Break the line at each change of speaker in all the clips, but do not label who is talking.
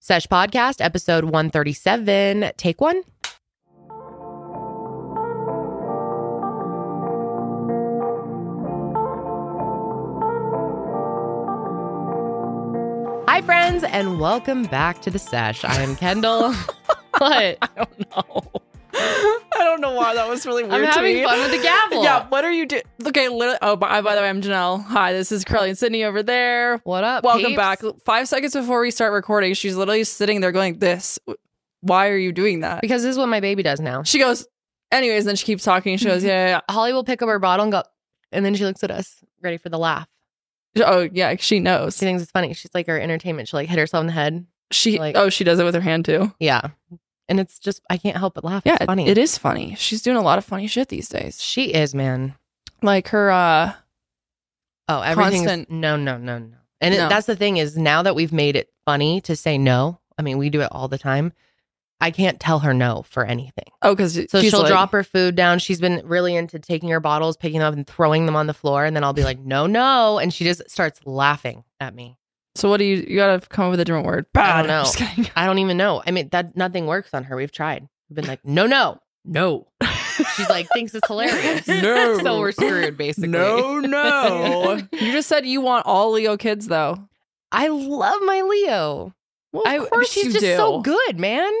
Sesh Podcast, episode 137. Take one. Hi, friends, and welcome back to the Sesh. I am Kendall. what?
I don't know. I don't know why that was really weird.
I'm having
to me.
fun with the gavel.
Yeah, what are you doing? Okay, literally. Oh, by, by the way, I'm Janelle. Hi, this is Curly and Sydney over there.
What up?
Welcome
peeps?
back. Five seconds before we start recording, she's literally sitting there going, "This. Why are you doing that?"
Because this is what my baby does now.
She goes. Anyways, then she keeps talking. She goes, "Yeah,
Holly will pick up her bottle and go, and then she looks at us, ready for the laugh.
yeah, yeah. Oh, yeah. She knows.
She thinks it's funny. She's like our entertainment. She'll like hit herself in the head.
She.
Like-
oh, she does it with her hand too.
Yeah. And it's just, I can't help but laugh.
Yeah,
it's funny.
it is funny. She's doing a lot of funny shit these days.
She is, man.
Like her. uh
Oh, everything's
Constant.
no, no, no, no. And it-
No.
that's the thing is now that we've made it funny to say no. I mean, we do it all the time. I can't tell her no for anything.
Oh, because
So she'll drop her food down. She's been really into taking her bottles, picking them up, and throwing them on the floor. And then I'll be like, no, no. And she just starts laughing at me.
So what do you? You gotta come up with a different word.
I don't
Bad. I'm
know.
just kidding.
I don't even know. I mean, that nothing works on her. We've tried. We've been like, no, no, no. She's like, thinks it's hilarious.
No.
So we're screwed, basically.
No, no. you just said you want all Leo kids, though.
I love my Leo.
Well,
I, she's just so good, man.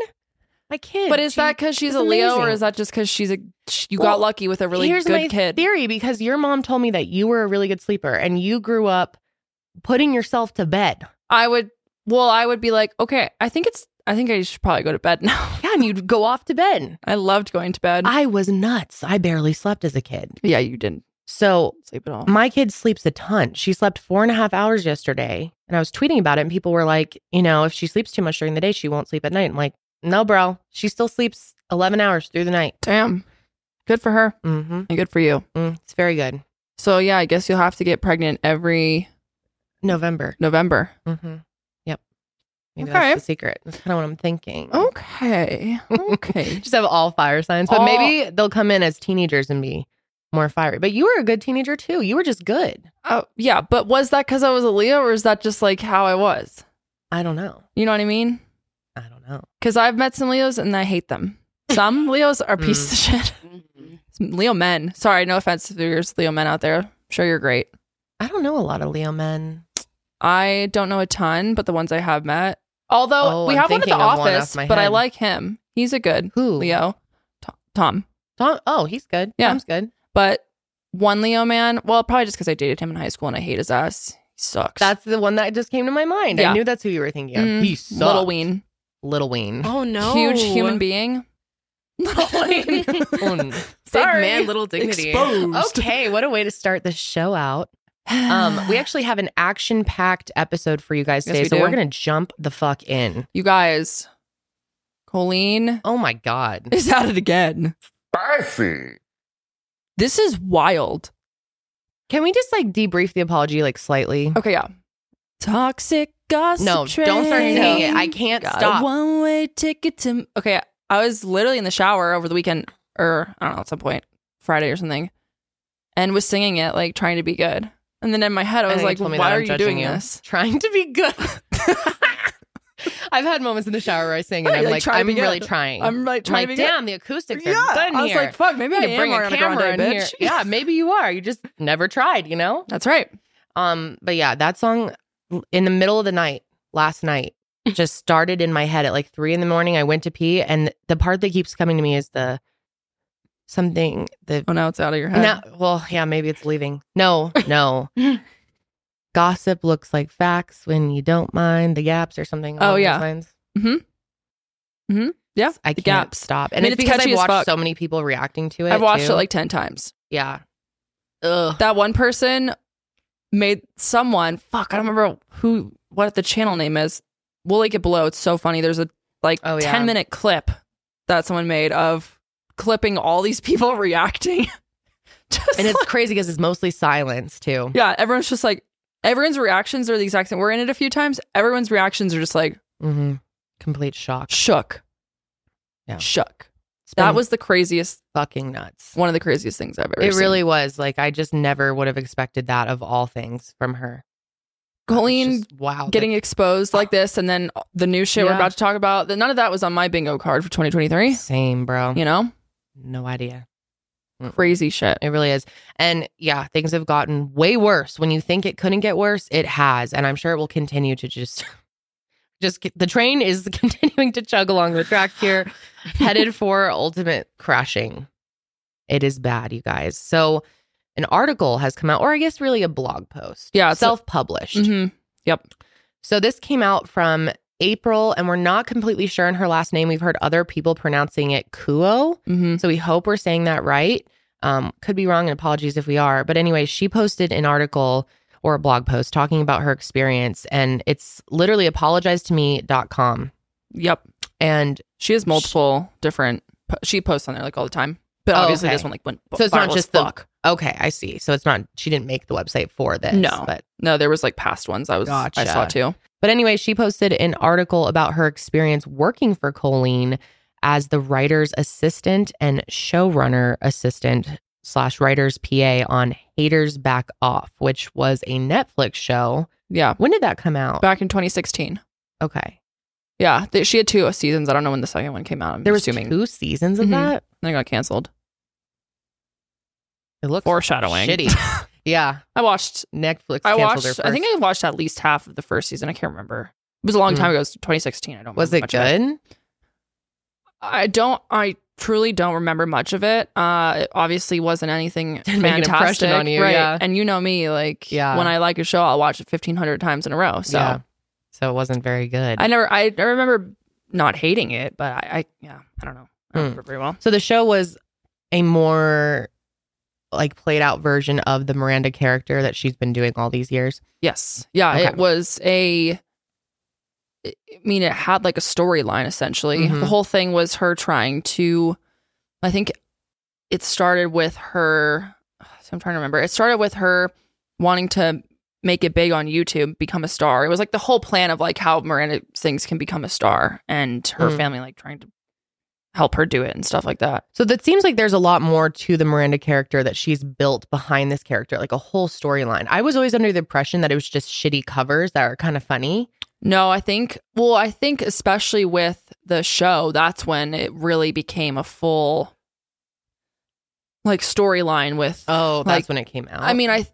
My kid.
But is
she-
that because she's
is
a Leo, or
amazing.
is that just because she's a sh- you
Well,
got lucky with a really
here's
good
my
kid?
theory? Because your mom told me that you were a really good sleeper and you grew up putting yourself to bed.
I would. Well, I would be like, okay, I think it's. I think I should probably go to bed now.
Yeah, and you'd go off to bed.
I loved going to bed.
I was nuts. I barely slept as a kid.
yeah, you didn't
So
sleep at all.
my kid sleeps a ton. She slept four and a half hours yesterday. And I was tweeting about it, and people were like, you know, if she sleeps too much during the day, she won't sleep at night. I'm like, no, bro. She still sleeps 11 hours through the night.
Damn. Good for her
Mm-hmm.
and good for you.
Mm, it's very good.
So yeah, I guess you'll have to get pregnant every
November.
November.
Mm-hmm. Yep. Maybe
Okay.
that's the secret. That's kind of what I'm thinking.
Okay. Okay.
Just have all fire signs, but
All-
maybe they'll come in as teenagers and be more fiery. But you were a good teenager too. You were just good.
Oh, yeah. But was that because I was a Leo or is that just like how I was?
I don't know.
You know what I mean?
I don't know.
Because I've met some Leos and I hate them. Some Leos are
Hmm.
pieces of shit. Some Leo men. Sorry, no offense if there's Leo men out there. I'm sure you're great.
I don't know a lot of Leo men.
I don't know a ton, but the ones I have met, although
Oh,
we
I'm
have one at the
thinking of one off
office,
my
but I
head.
like him. He's a good
Who?
Leo, To- Tom.
Tom. Oh, he's good.
Yeah.
Tom's good.
But one Leo man, well, probably just because I dated him in high school and I hate his ass. He sucks.
That's the one that just came to my mind.
Yeah.
I knew that's who you were thinking of.
Mm,
he sucked.
little ween,
Little Ween.
Oh no!
huge human being. Little ween.
Big
Sorry.
man, little dignity.
okay, what a way to start the show out. Um, we actually have an action-packed episode for you guys
Yes,
today,
we
so we're
do.
gonna jump the fuck in.
You guys, Colleen
Oh my god.
is at it again.
Spicy.
This is wild.
Can we just like debrief the apology like slightly?
Okay, yeah. Toxic gossip.
No, don't start
train.
singing it. I can't
Got
stop.
One way ticket to. Okay, I was literally in the shower over the weekend, or I don't know, at some point, Friday or something, and was singing it, like trying to be good. And then in my head, I
I
was
know you
like,
told me
why
that.
are
I'm
you
judging
doing
you.
this?
Trying to be good. I've had moments in the shower where I sing and
Right,
I'm
like,
like,
trying to
I'm
be
really
good.
trying.
I'm like trying
like,
to be
damn, the acoustics
good.
are
Yeah.
done
I was
here.
like, fuck, maybe I
need
am
to bring a
Ariana
camera
Grande,
in
bitch.
here. Yeah, maybe you are. You just never tried, you know?
That's right.
Um, but yeah, that song in the middle of the night last night just started in my head at like three in the morning. I went to pee, and the part that keeps coming to me is the something the
Oh, now it's out of your head.
no, well, yeah, maybe it's leaving. No, no. Gossip looks like facts when you don't mind the gaps or something. along
Oh,
those
yeah.
lines.
Mhm. Mhm. Yeah,
I can't
the gaps.
stop, and
mean,
it's,
it's
because
catchy
I've
as
watched
fuck.
so many people reacting to it.
I've watched
too.
it like 10 times.
yeah. Ugh.
That one person made someone, fuck, I don't remember who, what the channel name is. We'll link it below. It's so funny. There's a like
Oh, yeah.
10 minute clip that someone made of clipping all these people reacting. just
And
like-
it's crazy because it's mostly silence too.
yeah, everyone's just like, everyone's reactions are the exact same. We're in it a few times. Everyone's reactions are just like
Mm-hmm. Complete shock.
shook.
Yeah.
Shook.
It's
That
been
was the craziest,
fucking nuts.
one of the craziest things I've ever
It
seen.
really was. Like I just never would have expected that of all things from her. That was
Colleen
just- wow.
getting exposed like this, and then the new shit we're
Yeah.
about to talk about. None of that was on my bingo card for 2023.
same, bro.
You know,
No idea.
crazy shit.
It really is. And yeah, things have gotten way worse. When you think it couldn't get worse, it has. And I'm sure it will continue to just just get, the train is continuing to chug along the track here, headed for ultimate crashing. It is bad, you guys. So an article has come out, or I guess really a blog post.
Yeah, it's a-
Self-published.
hmm
So this came out from April, and we're not completely sure in her last name. We've heard other people pronouncing it Kuo.
hmm
So we hope we're saying that right. Um, could be wrong, and apologies if we are. But anyway, she posted an article or a blog post talking about her experience, and it's literally apologizetome.com.
Yep.
And
She has multiple different. po- She posts on there like all the time, but
Oh,
obviously
okay.
this one like went.
So it's not
viral as
just the-
fuck.
okay, I see. So it's not she didn't make the website for this.
No.
but
No, there was like past ones I was I
Gotcha.
saw too.
But anyway, she posted an article about her experience working for Colleen as the writer's assistant and showrunner assistant slash writer's PA on Haters Back Off, which was a Netflix show.
Yeah,
When did that come out?
back in 2016.
okay.
Yeah, th- she had two seasons. I don't know when the second one came out. I'm
There was
assuming
two seasons of
Mhm.
that.
then it got canceled.
It looks
Foreshadowing.
shitty. yeah.
I watched.
Netflix
I
canceled
watched.
her first. Hmm.
I think I watched at least half of the first season. I can't remember. It was a long time ago. It was 2016. I don't.
was
remember
it
much of it.
good?
I don't. I truly don't remember much of it. Uh, it obviously wasn't anything
Didn't make an impression
fantastic,
on you,
right?
yeah.
And you know me, like,
Yeah.
when I like a show, I'll watch it fifteen hundred times in a row. So
Yeah. So it wasn't very good.
I never. I, I remember not hating it, but I, I yeah, I don't know. I don't
Hmm.
remember very well.
So the show was a more like played out version of the Miranda character that she's been doing all these years.
Yes. Yeah. It
Okay.
was a. I mean, it had like a storyline essentially.
Mhm.
The whole thing was her trying to. I think it started with her. so I'm trying to remember. It started with her wanting to make it big on YouTube, become a star. It was like the whole plan of like how Miranda Sings can become a star and her
Mhm.
family like trying to help her do it and stuff like that.
So that seems like there's a lot more to the Miranda character that she's built behind this character, like a whole storyline. I was always under the impression that it was just shitty covers that are kind of funny.
No, I think, well, I think especially with the show, that's when it really became a full like storyline with
Oh,
Like,
that's when it came out.
I mean, I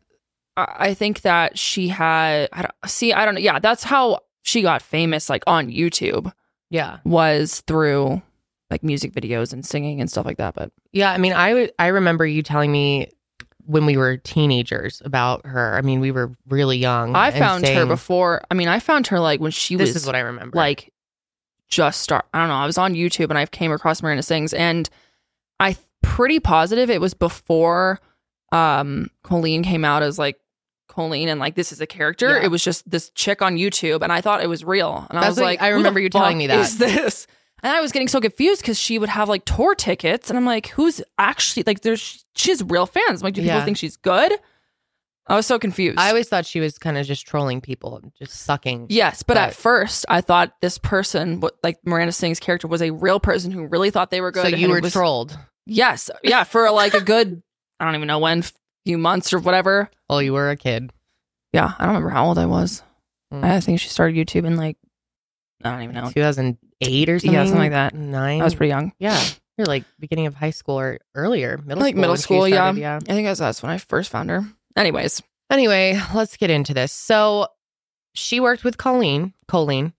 I I think that she had I don't see, I don't know. Yeah, that's how she got famous like on YouTube
yeah,
was through like music videos and singing and stuff like that, but
yeah. I mean, I w- I remember you telling me when we were teenagers about her. I mean, we were really young.
I
Mm, and
found her
saying-
before. I mean, I found her like when she
This
was
is what I remember.
like just start I don't know, I was on YouTube and I came across Miranda Sings and I pretty positive it was before um Colleen came out as like Colleen and like this is a character.
Yeah.
It was just this chick on YouTube and I thought it was real. And I
That's
was
what-
like,
I
"Who the
remember you telling
fuck
me that."
Is this? And I was getting so confused because she would have like tour tickets and I'm like, who's actually like there's she's real fans. I'm like, do people
Yeah.
think she's good? I was so confused.
I always thought she was kind of just trolling people, and just sucking.
Yes, but at
But-
first I thought this person, what like Miranda Singh's character, was a real person who really thought they were good.
So
and
you
it
were
was-
trolled.
Yes, yeah, for like a good, I don't even know when, f- few months or whatever.
Oh, you were a kid.
Yeah, I don't remember how old I was.
Mm.
I think she started YouTube in like, I don't even know.
2008 or something.
Yeah, something like that.
Nine.
I was pretty young.
yeah. You're like beginning of high school or earlier, middle
Like
school.
middle
when she
school, yeah.
started, yeah.
I think that's that's when I first found her. Anyways,
Anyway, let's get into this. So she worked with Colleen. Colleen.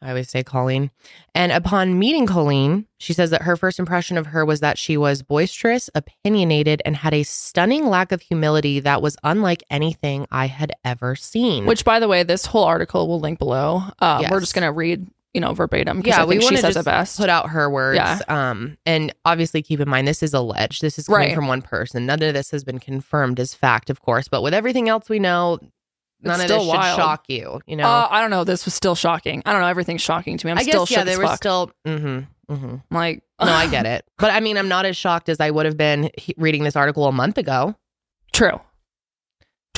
I always say Colleen. And upon meeting Colleen, she says that her first impression of her was that she was boisterous, opinionated, and had a stunning lack of humility that was unlike anything I had ever seen.
which by the way, this whole article we'll link below. Uh, We're
Hmm. Yes.
just gonna read, you know, verbatim. 'cause
Yeah,
I
we
think she
wanna
says
just
it best.
put out her words.
Yeah.
Um, and obviously keep in mind this is alleged. This is coming
Right.
from one person. None of this has been confirmed as fact, of course. But with everything else we know, none of
still
this should
wild.
shock you. You know,
Uh, I don't know. This was still shocking. I don't know. Everything's shocking to me. I'm
I
still
guess yeah,
shook as
they were
fuck.
still. hmm hmm
I'm like,
No, I get it. But I mean, I'm not as shocked as I would have been he- reading this article a month ago.
True.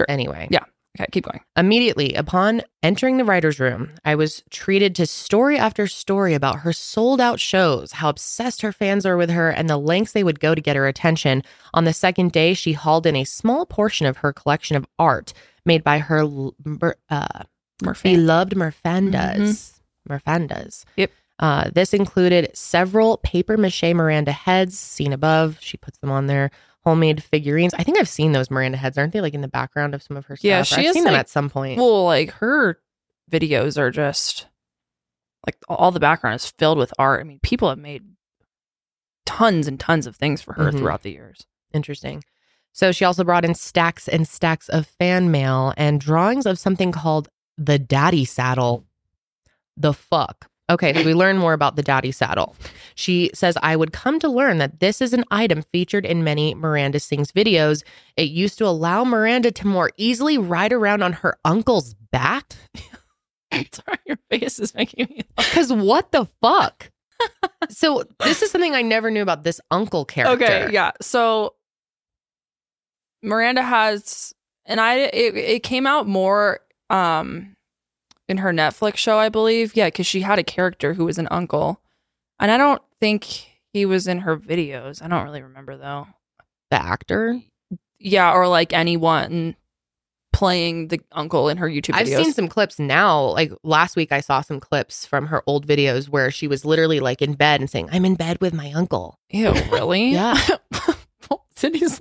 Anyway,
Okay, keep going.
Immediately upon entering the writer's room, I was treated to story after story about her sold out shows, how obsessed her fans are with her, and the lengths they would go to get her attention. On the second day, she hauled in a small portion of her collection of art made by her l- mer- uh, He
Murphy.
loved Merfandas. Merfandas.
Mm-hmm. Yep.
Uh, this included several paper mache Miranda heads seen above. She puts them on there. Homemade figurines. I think I've seen those Miranda heads. Aren't they like in the background of some of her stuff?
Yeah,
Or
she
I've
is,
seen them
like,
at some point.
Well, like her videos are just like all the background is filled with art. I mean, people have made tons and tons of things for her
Mhm.
throughout the years.
Interesting. So she also brought in stacks and stacks of fan mail and drawings of something called the daddy saddle. The fuck. Okay, so we learn more about the daddy saddle. She says, I would come to learn that this is an item featured in many Miranda Sings videos. It used to allow Miranda to more easily ride around on her uncle's back.
Sorry, your face is making me.
Because what the fuck? so this is something I never knew about this uncle character.
Okay, yeah. So Miranda has, and I it, it came out more um in her Netflix show, I believe. Yeah, because she had a character who was an uncle, and I don't think he was in her videos. I don't really remember though.
The actor.
Yeah, or like anyone playing the uncle in her YouTube videos.
I've seen some clips now. Like last week, I saw some clips from her old videos where she was literally like in bed and saying, "I'm in bed with my uncle."
Ew, really?
Yeah.
Cindy's.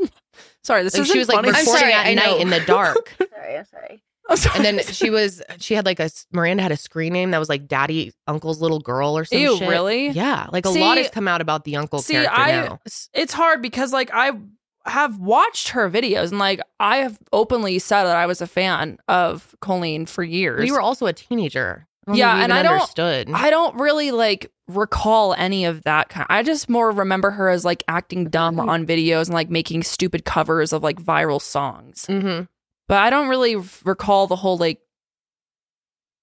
Sorry, this
Like,
is
she was like
funny.
recording
I'm sorry,
at
I know.
night in the dark,
Sorry, I'm sorry.
I'm sorry.
and then she was she had like a Miranda had a screen name that was like Daddy Uncle's little girl or something.
Ew, really?
Yeah, like a lot
See-
has come out about the uncle
See,
character
I
now.
s- it's hard because like I have watched her videos and like I have openly said that I was a fan of Colleen for years.
We were also a teenager. I don't
Yeah,
think we
and
even
I don't-
understood.
I don't really like recall any of that kind. I just more remember her as like acting dumb
Mm-hmm.
on videos and like making stupid covers of like viral songs.
Mhm.
But I don't really recall the whole like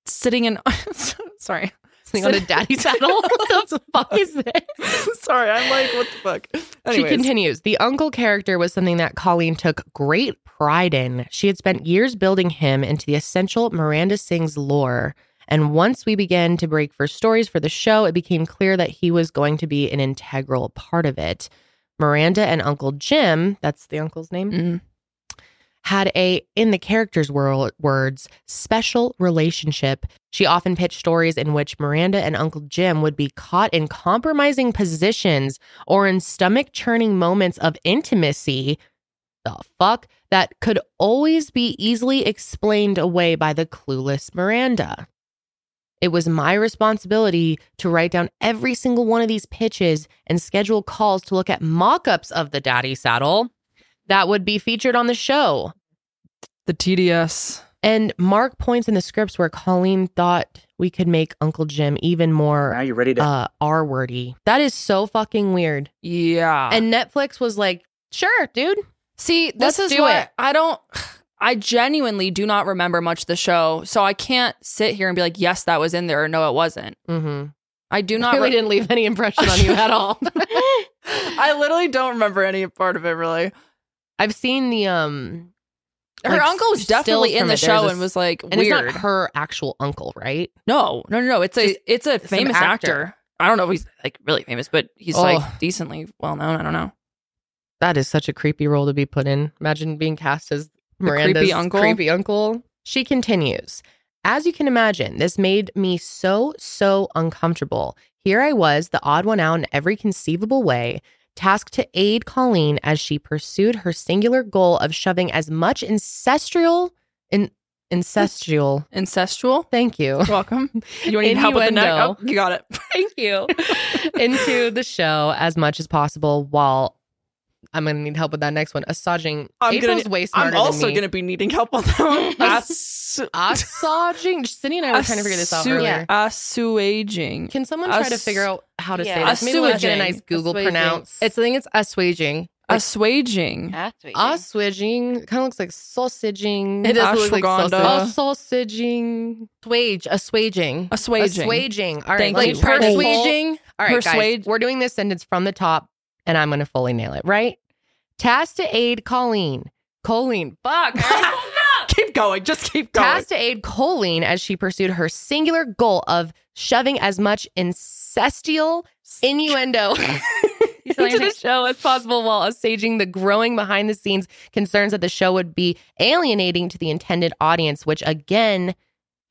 sitting in sorry.
Sitting on a daddy saddle. what the fuck is this?
sorry, I'm like what the fuck. Anyways.
She continues The uncle character was something that Colleen took great pride in. She had spent years building him into the essential Miranda Singh's lore. And once we began to break for stories for the show, it became clear that he was going to be an integral part of it. Miranda and Uncle Jim, that's the uncle's name,
Mhm.
had a, in the character's wor- words, special relationship. She often pitched stories in which Miranda and Uncle Jim would be caught in compromising positions or in stomach churning moments of intimacy. The fuck? That could always be easily explained away by the clueless Miranda. It was my responsibility to write down every single one of these pitches and schedule calls to look at mock ups of the daddy saddle that would be featured on the show.
the TDS.
And Mark points in the scripts where Colleen thought we could make Uncle Jim even
Now
more
you ready to
uh, R wordy. That is so fucking weird.
Yeah.
And Netflix was like, sure, dude.
See,
Let's
this is
do
why
it.
I don't. I genuinely do not remember much of the show, so I can't sit here and be like, "Yes, that was in there," or "No, it wasn't."
Mm-hmm.
I do not. re-
didn't leave any impression on you at all.
I literally don't remember any part of it. Really,
I've seen the um,
her
Like,
uncle was
stills
definitely
from
in the
it. There's
show
a
and was like
and
weird.
it's not her actual uncle, right?
no, no, no, no. It's a
Just
it's a famous
actor.
actor. I don't know if he's like really famous, but he's
Oh.
like decently well known. I don't know.
That is such a creepy role to be put in. Imagine being cast as Miranda's
creepy uncle?
creepy uncle. She continues. As you can imagine, this made me so, so uncomfortable. Here I was, the odd one out in every conceivable way, tasked to aid Colleen as she pursued her singular goal of shoving as much ancestral, in, ancestral,
Incestual.
thank you,
Welcome. You want to need help with the neck?
Innuendo.
Oh, you got it.
thank you, into the show as much as possible while I'm going to need help with that next one. Assaging
I'm gonna-
April's way smarter
I'm also
than me.
going to be needing help on that one. That's-
Assuaging. Cindy and I were trying to figure this out
Assu-
earlier.
Assuaging.
Can someone try to
Assu-
figure out how to say
Yeah.
this? Maybe let's get a nice
Assuaging.
Google
Assuaging.
pronounce.
It's I think it's assuaging. Like,
Assuaging.
assuaging. Kind of looks like sausaging.
It does look like
Ashwagandha.
sausage.
sausaging.
Assuage, Oh, assuaging.
Assuaging.
Assuaging. All right.
Thank
let me
you.
Like
try this whole-
persuaging.
All right, guys.
Persuade-
We're doing this sentence from the top, and I'm going to fully nail it. Right. Task to aid Colleen. Colleen. Fuck.
keep going. Just keep going.
Tasked to aid Colleen as she pursued her singular goal of shoving as much incestial innuendo into the show as possible while assaging the growing behind the scenes concerns that the show would be alienating to the intended audience, which again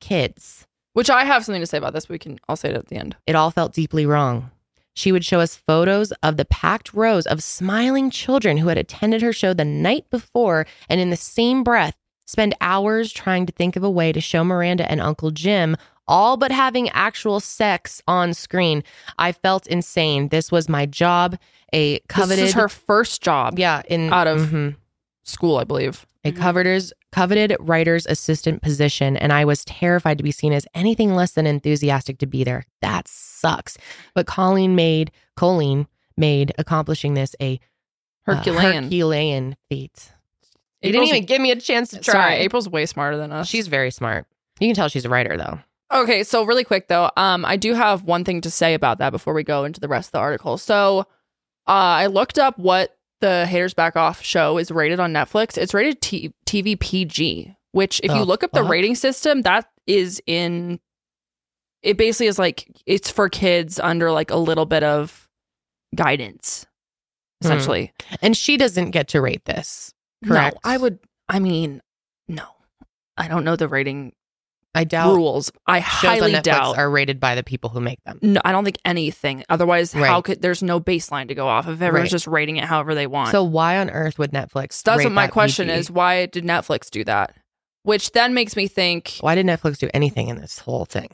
kids.
Which I have something to say about this. But we can. I'll say it at the end.
It all felt deeply wrong. She would show us photos of the packed rows of smiling children who had attended her show the night before, and in the same breath, spend hours trying to think of a way to show Miranda and Uncle Jim all but having actual sex on screen. I felt insane. This was my job, a coveted.
This is her first job.
yeah, in
out of-
Mhm.
School, I believe.
a
Mhm.
coveted coveted writer's assistant position and I was terrified to be seen as anything less than enthusiastic to be there. That sucks. But Colleen made Colleen made accomplishing this a uh,
Herculean.
Herculean feat. You didn't
April's-
even give me a chance to
Sorry,
try.
April's way smarter than us.
She's very smart. You can tell she's a writer though.
Okay, so really quick though, um, I do have one thing to say about that before we go into the rest of the article. So, uh, I looked up what the Haters Back Off show is rated on Netflix. It's rated T- TV PG, which if you
The
look up the
fuck?
rating system, that is in. It basically is like it's for kids under like a little bit of guidance,
Hmm.
essentially.
And she doesn't get to rate this. Correct.
No, I would. I mean, no, I don't know the rating
I doubt
rules. I
shows on
highly
Netflix
doubt
are rated by the people who make them.
No, I don't think anything. Otherwise, how
Right.
could there's no baseline to go off of? Everyone's
Right.
just rating it however they want.
So why on earth would Netflix?
that's
rate
what my
that
question
PG?
is. Why did Netflix do that? Which then makes me think,
Why did Netflix do anything in this whole thing?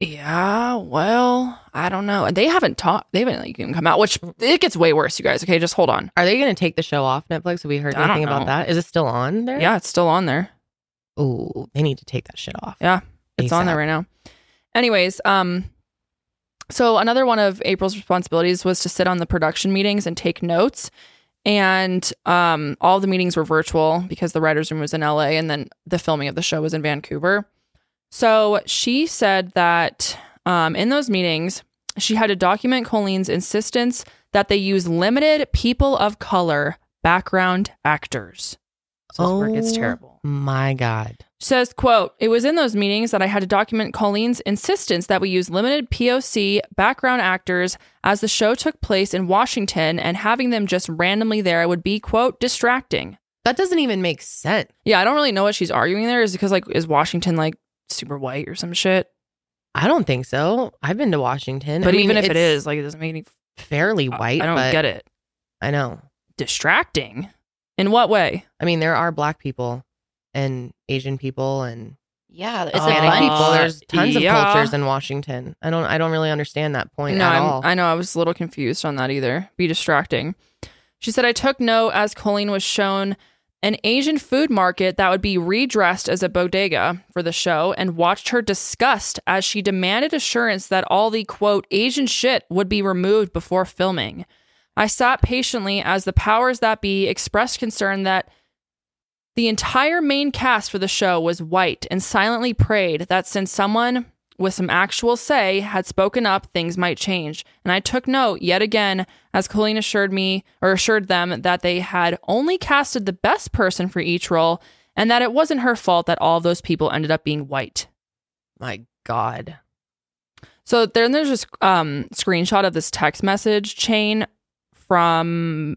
yeah, well, I don't know. They haven't talked. They haven't like, even come out. Which it gets way worse, you guys. Okay, just hold on.
Are they going to take the show off Netflix? Have we heard
I don't
anything
know.
about that? Is it still on there?
Yeah, it's still on there.
Oh, they need to take that shit off.
Yeah, It's on there
ASAP.
right now. Anyways, um so another one of April's responsibilities was to sit on the production meetings and take notes. And um all the meetings were virtual because the writers room was in LA and then the filming of the show was in Vancouver. So she said that um in those meetings she had to document Colleen's insistence that they use limited people of color background actors. So this work is
Oh.
terrible
My God.
says quote it was in those meetings that i had to document colleen's insistence that we use limited poc background actors as the show took place in washington and having them just randomly there would be quote distracting
That doesn't even make sense.
yeah i don't really know what she's arguing there is because like is washington like super white or some shit
I don't think so. I've been to Washington. I
but
mean,
even if it
it's
is like it doesn't make any
fairly white,
i don't
but
get it
I know.
distracting in what way
I mean, there are black people and Asian people and
Yeah, it's
Oh,
a
Hispanic
bunch.
people. There's tons
yeah.
of cultures in Washington. I don't. I don't really understand that point
no,
at
I'm-
all.
I know. I was a little confused on that either. Be distracting. She said, I took note as Colleen was shown an Asian food market that would be redressed as a bodega for the show and watched her disgust as she demanded assurance that all the quote Asian shit would be removed before filming. I sat patiently as the powers that be expressed concern that the entire main cast for the show was white and silently prayed that since someone with some actual say had spoken up, things might change. And I took note yet again as Colleen assured me or assured them that they had only casted the best person for each role and that it wasn't her fault that all of those people ended up being white.
My God.
So then there's this um, screenshot of this text message chain from.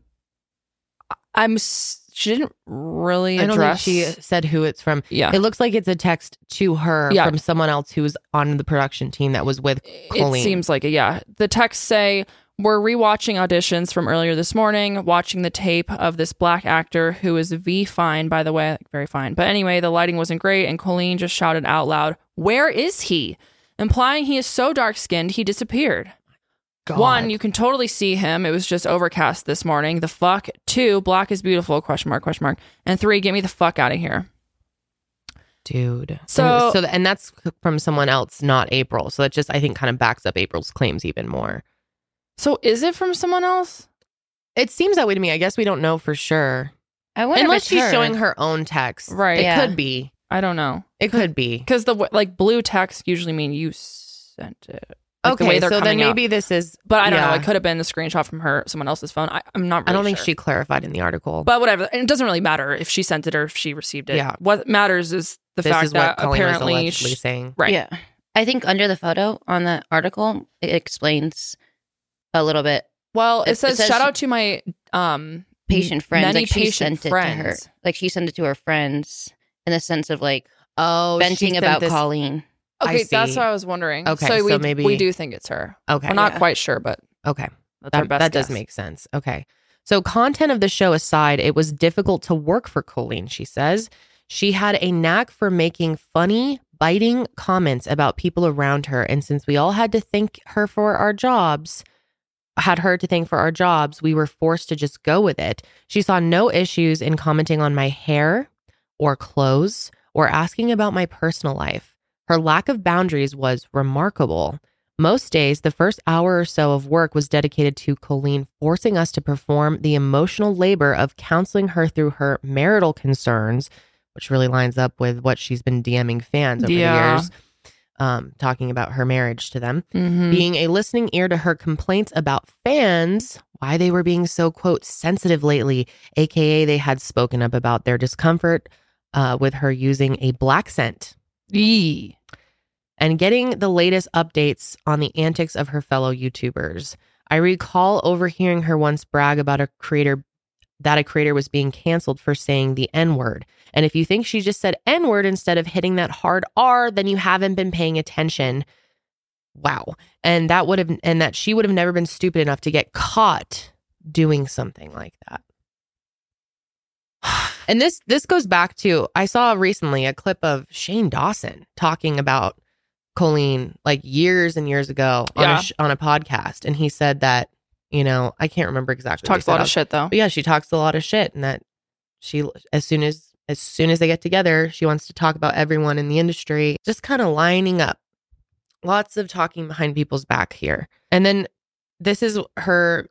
I'm. s- She didn't really
I don't think
address.
she said who it's from.
yeah.
It looks like it's a text to her
Yeah.
from someone else who's on the production team that was with
It
Colleen.
seems like it, yeah. The texts say we're rewatching auditions from earlier this morning, watching the tape of this black actor who is V fine, by the way, like, very fine. But anyway, the lighting wasn't great, and Colleen just shouted out loud, "Where is he?" Implying he is so dark skinned he disappeared.
God.
One, you can totally see him. It was just overcast this morning. The fuck. Two, black is beautiful. Question mark. Question mark. And three, get me the fuck out of here.
dude.
So-
and, so, th- and that's c- from someone else, not April. So that just I think kind of backs up April's claims even more.
So is it from someone else?
It seems that way to me. I guess we don't know for sure
I wonder if
unless
it's
she's
her.
showing her own text.
Right.
It
Yeah.
could be.
I don't know.
It could be.
because the w- like blue text usually mean you sent it. Like, the way
Okay,
they're
so then
coming out.
maybe this is.
But I don't know.
yeah.
It could have been the screenshot from her someone else's phone. I, I'm not. Really
I don't think
sure.
she clarified in the article.
But whatever. And it doesn't really matter if she sent it or if she received it.
Yeah.
What matters is the
this
fact
is
that
what Colleen was
apparently
allegedly
she-
saying.
right.
Yeah. I think under the photo on the article, it explains a little bit
Well, it,
It- it
says,
says
shout
she-
out to my um
patient friends.
Many
like she
patient
sent it to her.
friends.
Like she sent it to her friends in the sense of like,
Oh, she
venting
sent
about
this-
Colleen.
I
Okay, that's
see.
what I was wondering.
Okay,
so we
so maybe-
we do think it's her.
Okay,
We're not
Yeah.
quite sure, but
okay.
that's our
That,
best.
that does
guess.
make sense. Okay. So, content of the show aside, it was difficult to work for Colleen, she says. She had a knack for making funny, biting comments about people around her. And since we all had to thank her for our jobs, had her to thank for our jobs, we were forced to just go with it. She saw no issues in commenting on my hair or clothes or asking about my personal life. Her lack of boundaries was remarkable. Most days, the first hour or so of work was dedicated to Colleen forcing us to perform the emotional labor of counseling her through her marital concerns, which really lines up with what she's been DMing fans over
Yeah.
the years, um, talking about her marriage to them
Mhm.
being a listening ear to her complaints about fans, why they were being so, quote, sensitive lately, AKA they had spoken up about their discomfort uh, with her using a black scent,
Yee.
and getting the latest updates on the antics of her fellow YouTubers. I recall overhearing her once brag about a creator that a creator was being canceled for saying the N word. And if you think she just said N word instead of hitting that hard R, then you haven't been paying attention. Wow. And that would have, and that she would have never been stupid enough to get caught doing something like that. And this this goes back to I saw recently a clip of Shane Dawson talking about Colleen like years and years ago on
Yeah.
a sh- on a podcast, and he said that you know I can't remember exactly. what he
Talks a lot
said
of shit though.
but yeah, she talks a lot of shit, and that she as soon as as soon as they get together, she wants to talk about everyone in the industry, just kind of lining up. Lots of talking behind people's back here, and then this is her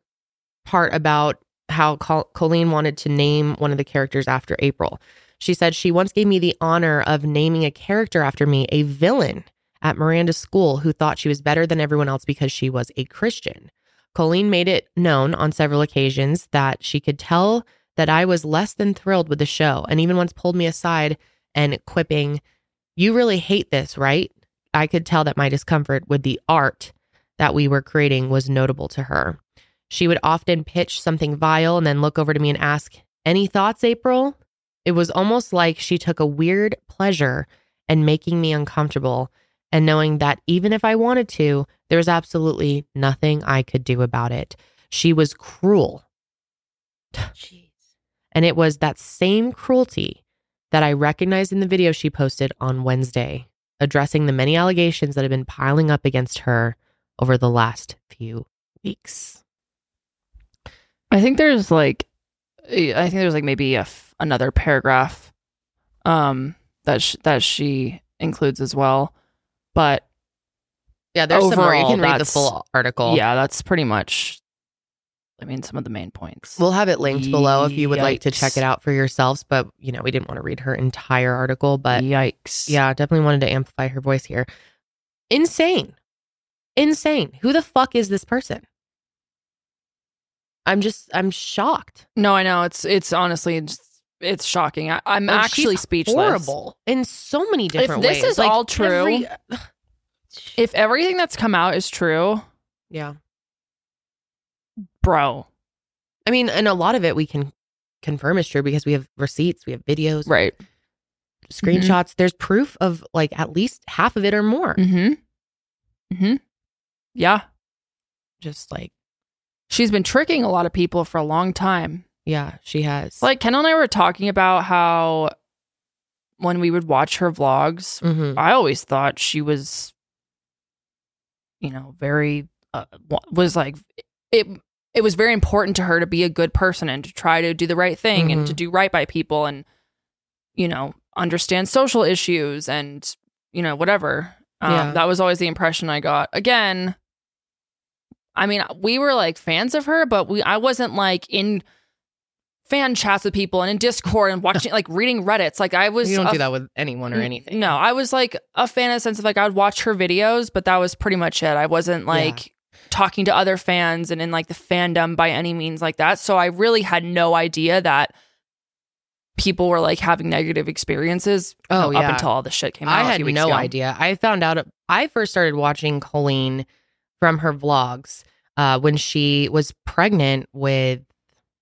part about how Col- Colleen wanted to name one of the characters after April. She said she once gave me the honor of naming a character after me, a villain at Miranda's school who thought she was better than everyone else because she was a Christian. Colleen made it known on several occasions that she could tell that I was less than thrilled with the show and even once pulled me aside and quipping, You really hate this, right? I could tell that my discomfort with the art that we were creating was notable to her. She would often pitch something vile and then look over to me and ask, Any thoughts, April? It was almost like she took a weird pleasure in making me uncomfortable and knowing that even if I wanted to, there was absolutely nothing I could do about it. She was cruel.
Jeez.
And it was that same cruelty that I recognized in the video she posted on Wednesday, addressing the many allegations that have been piling up against her over the last few weeks.
I think there's like, eh, I think there's like maybe a f- another paragraph, um, that sh- that she includes as well, but
Yeah,
there's some more. You can read the full
article.
yeah, that's pretty much. I mean, some of the main points.
We'll have it linked below if you would like to check
Yikes.
it out for yourselves. But, you know, we didn't want to read her entire article, but
yikes!
Yeah, definitely wanted to amplify her voice here. Insane. Insane. Who the fuck is this person? I'm just I'm shocked.
No, I know it's it's honestly just, it's shocking. I, I'm
Like, Oh, she's
actually speechless.
Horrible in so many different
this
ways.
is all true- If everything that's come out is true,
yeah.
bro,
I mean, and a lot of it we can confirm is true because we have receipts, we have videos,
right?
screenshots. There's proof of like at least half of it or more.
Mm-hmm. Mm-hmm. Yeah,
Just like
she's been tricking a lot of people for a long time.
yeah, she has
Like Kendall and I were talking about how when we would watch her vlogs,
Mhm.
I always thought she was, you know, very uh, wa- was like it. It was very important to her to be a good person and to try to do the right thing
Mhm.
and to do right by people and you know understand social issues and you know whatever. Um,
Yeah.
That was always the impression I got. Again, I mean, we were like fans of her, but we I wasn't like in fan chats with people and in Discord and watching like reading Reddit's. Like I was
you don't
a Mm-hmm.
do that with anyone or
N-
anything.
No, I was like a fan in the sense of like I would watch her videos, but that was pretty much it. I wasn't like talking to other fans and in like the fandom by any means like that. So I really had no idea that people were like having negative experiences
Oh,
up
yeah.
until all this shit came out.
I
a
had
few weeks
no
ago.
idea. I found out. I first started watching Colleen from her vlogs uh, when she was pregnant with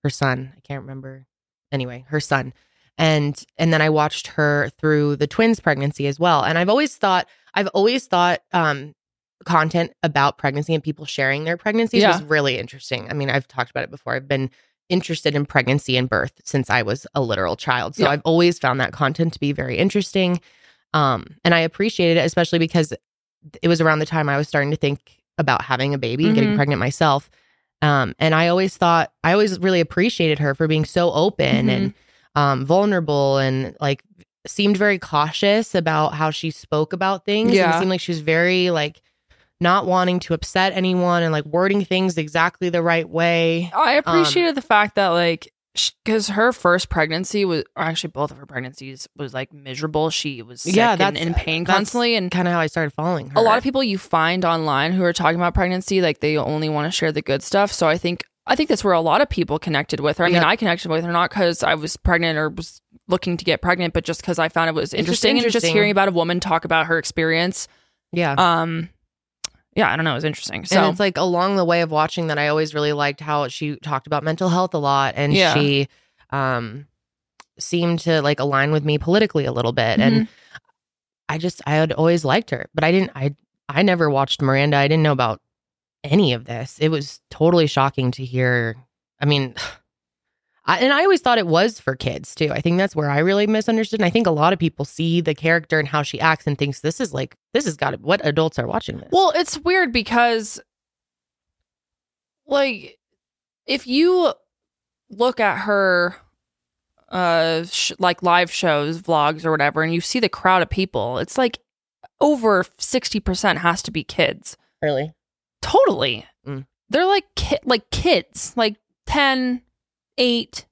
her son. I can't remember. Anyway, her son, and and then I watched her through the twins pregnancy as well. And I've always thought I've always thought um content about pregnancy and people sharing their pregnancies
Yeah.
was really interesting. I mean, I've talked about it before. I've been interested in pregnancy and birth since I was a literal child. So
Yeah.
I've always found that content to be very interesting. Um and I appreciated it especially because it was around the time I was starting to think about having a baby and getting
Mhm.
pregnant myself. Um, and I always thought I always really appreciated her for being so open and
Mm-hmm.
um, vulnerable and like seemed very cautious about how she spoke about things. And it
Yeah.
seemed like she was very like not wanting to upset anyone and like wording things exactly the right way.
I
Um,
appreciated the fact that like because her first pregnancy was or actually both of her pregnancies was like miserable. She was sick
Yeah,
yeah,
that's-
and in pain
that's
constantly and
Kind of how I started following her.
a lot of people you find online who are talking about pregnancy like they only want to share the good stuff so i think i think that's where a lot of people connected with her i mean
Yeah.
i connected with her not because i was pregnant or was looking to get pregnant but just because i found it
It's
was
just
interesting, and
interesting.
just hearing about a woman talk about her experience
yeah.
um yeah i don't know it was interesting so
and it's like along the way of watching that I always really liked how she talked about mental health a lot and
Yeah.
she um seemed to like align with me politically a little bit and
Mm-hmm.
I just I had always liked her but I didn't I I never watched Miranda I didn't know about any of this it was totally shocking to hear I mean I, and I always thought it was for kids too. I think that's where I really misunderstood. And I think a lot of people see the character and how she acts and thinks this is like this has got to, what adults are watching this.
Well, it's weird because, like, if you look at her, uh, sh- like live shows, vlogs, or whatever, and you see the crowd of people, it's like over sixty percent has to be kids.
really,
Totally,
Mm.
they're like ki- like kids, like 10, 8,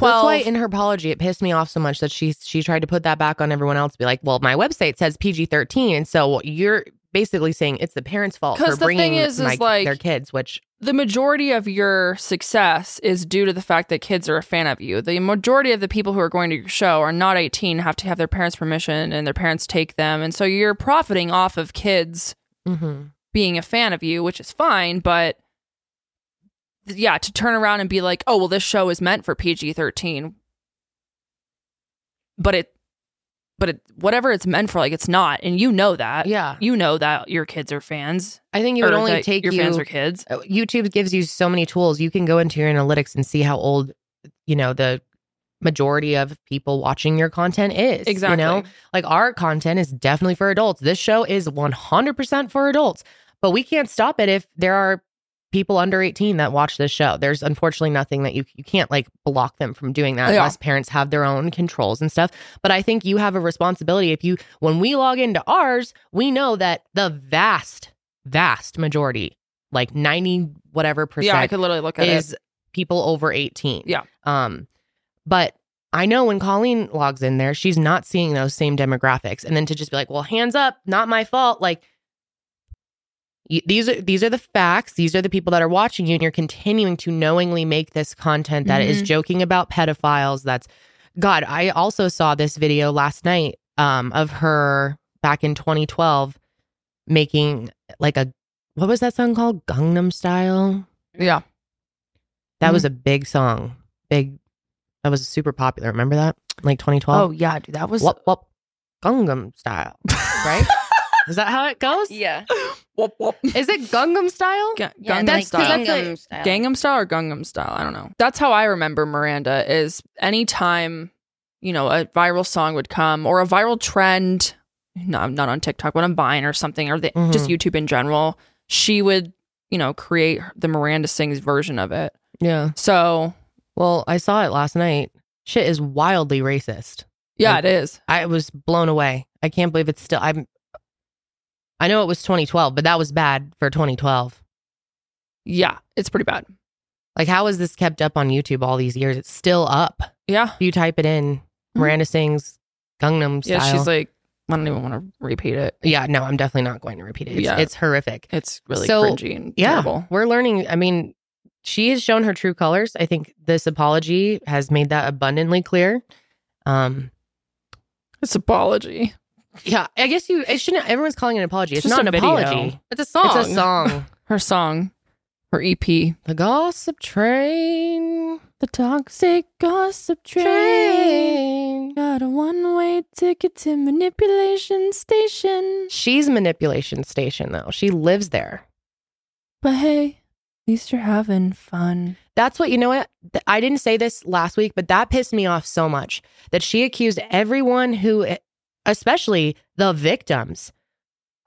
Well,
12.
That's why in her apology, it pissed me off so much that she she tried to put that back on everyone else. Be like, well, my website says PG thirteen, and so you're basically saying it's the parents' fault for
'Cause the thing
bringing
is- is
my-
like-
their kids. Which
the majority of your success is due to the fact that kids are a fan of you. The majority of the people who are going to your show are not 18, have to have their parents' permission, and their parents take them. And so you're profiting off of kids
mm-hmm.
being a fan of you, which is fine, but yeah, to turn around and be like, "Oh, well this show is meant for PG-13." But it but it whatever it's meant for like it's not, and you know that.
yeah,
You know that your kids are fans.
I think it would
Uh, or
only
that
take
your
you. uh,
fans are kids.
YouTube gives you so many tools. You can go into your analytics and see how old, you know, the majority of people watching your content is.
Exactly.
You know, like our content is definitely for adults. This show is 100% for adults, but we can't stop it if there are people under 18 that watch this show. There's unfortunately nothing that you you can't like block them from doing that
Yeah.
unless parents have their own controls and stuff. But I think you have a responsibility if you when we log into ours, we know that the vast vast majority, like 90 whatever percent
Yeah, I could literally look at it.
is people over 18.
Yeah.
Um, but I know when Colleen logs in there, she's not seeing those same demographics. And then to just be like, well, hands up, not my fault. Like y- these are these are the facts. These are the people that are watching you, and you're continuing to knowingly make this content that is
Mhm.
joking about pedophiles. That's God. I also saw this video last night um, of her back in 2012 making like a what was that song called Gangnam Style.
Yeah. Mm-hmm.
That was a big song. Big. That was super popular. Remember that? Like 2012.
Oh yeah, dude, that was
whoop whoop, Gangnam style. Right? Is that how it goes?
Yeah.
whoop whoop.
Is it Gangnam style?
Ga-
Yeah.
Gangnam
and, like,
style.
that's
Gangnam style.
Gangnam style or Gangnam style? I don't know. That's how I remember Miranda is anytime, you know, a viral song would come or a viral trend, no, I'm not on TikTok, but on Vine or something or the,
Mhm.
just YouTube in general, she would, you know, create the Miranda Sings version of it.
Yeah.
So,
Well, I saw it last night. Shit is wildly racist.
yeah,
Like-
it is.
I was blown away. I can't believe it's still. I'm. I know it was 2012, but that was bad for 2012.
Yeah, it's pretty bad.
Like, how is this kept up on YouTube all these years? It's still up.
Yeah.
If you type it in, Miranda sings Gangnam style.
Mm-hmm. Yeah, she's like I don't even want to repeat it.
Yeah, no, I'm definitely not going to repeat it. It's,
Yeah.
it's horrific.
It's really
So,
cringy and
yeah.
terrible.
We're learning. I mean, she has shown her true colors. I think this apology has made that abundantly clear. Um,
It's apology.
yeah, I guess you. It shouldn't. Everyone's calling it an apology. It's,
Just
not
a
an
video.
apology.
It's a song.
It's a song.
Her song, her E EP.
the gossip train.
The toxic gossip
Train.
Got a one way ticket to manipulation station.
She's manipulation station though. She lives there.
But hey, at least you're having fun.
That's what you know what? Th- I didn't say this last week, but that pissed me off so much that she accused everyone who eh, especially the victims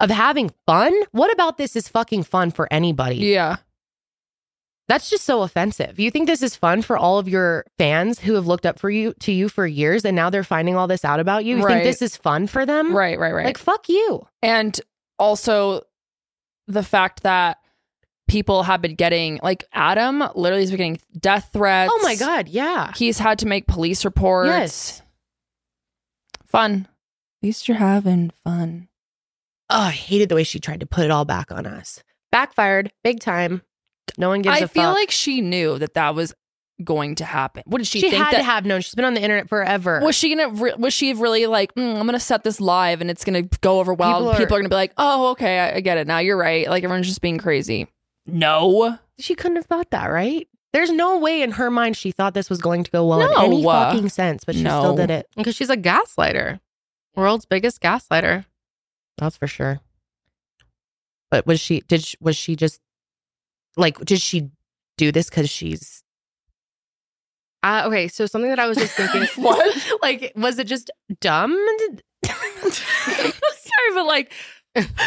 of having fun. What about this is fucking fun for anybody?
Yeah.
That's just so offensive. You think this is fun for all of your fans who have looked up for you to you for years and now they're finding all this out about you? You
Right.
think this is fun for them?
Right, right, right.
Like fuck you.
and also the fact that people have been getting like Adam literally has been getting death threats.
Oh my god, yeah.
He's had to make police reports.
Yes.
Fun. At least you're having fun.
Oh, I hated the way she tried to put it all back on us. Backfired big time. No one gives
I
a
feel
fuck.
like she knew that that was going to happen. What did she,
she,
think
had
that
to have known. She's been on the internet forever.
was she gonna re- was she really like "Mm, i'm gonna set this live and it's gonna go over well
People
people
are-
are, gonna be like oh okay I, I get it now you're right like everyone's just being crazy no
she couldn't have thought that, right? There's no way in her mind she thought this was going to go well
No.
in any fucking sense, but she
No.
still did it.
uh, Because she's a gaslighter. World's biggest gaslighter.
That's for sure. But was she did she, was she just like did she do this cuz she's
Uh, okay, so something that I was just thinking.
What?
Like, was it just?
dumb?
Sorry, but like,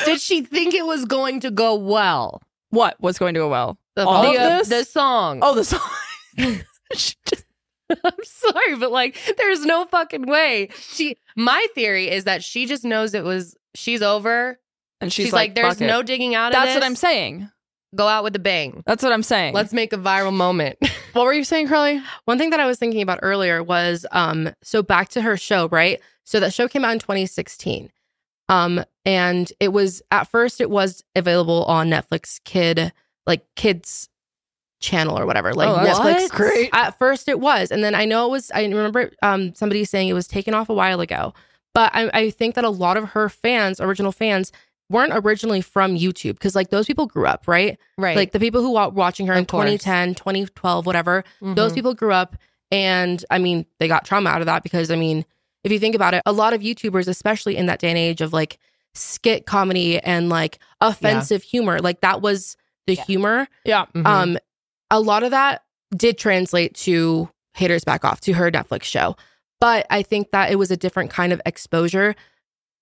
Did she think it was going to go well?
what was going to go well
the,
All
the-
of
the, uh,
this?
the song.
oh the song She just-
I'm sorry, but like, there's no fucking way.
she my theory is that she just knows it was she's over.
and
She's,
she's,
like, there's
"Fuck it."
no digging out of
that's what
this.
i'm saying
Go out with a bang.
that's what i'm saying
Let's make a viral moment.
what were you saying carly
One thing that I was thinking about earlier was, um, so back to her show, right? So that show came out in 2016, um, and it was at first it was available on Netflix Kid, like kids channel or whatever, like
oh that's
Netflix
what?
great
At first, it was, and then I know it was. I remember um, somebody saying it was taken off a while ago, but I, I think that a lot of her fans, original fans, weren't originally from YouTube because like those people grew up, right?
right.
Like the people who were watching her in
Of course.
2010, 2012, whatever.
Mm-hmm.
Mm-hmm.
Those people grew up, and I mean, they got trauma out of that because I mean, if you think about it, a lot of YouTubers, especially in that day and age of like skit comedy and like offensive humor, like that was the
Yeah.
humor.
yeah Mm-hmm.
Um, a lot of that did translate to haters back off to her Netflix show, but I think that it was a different kind of exposure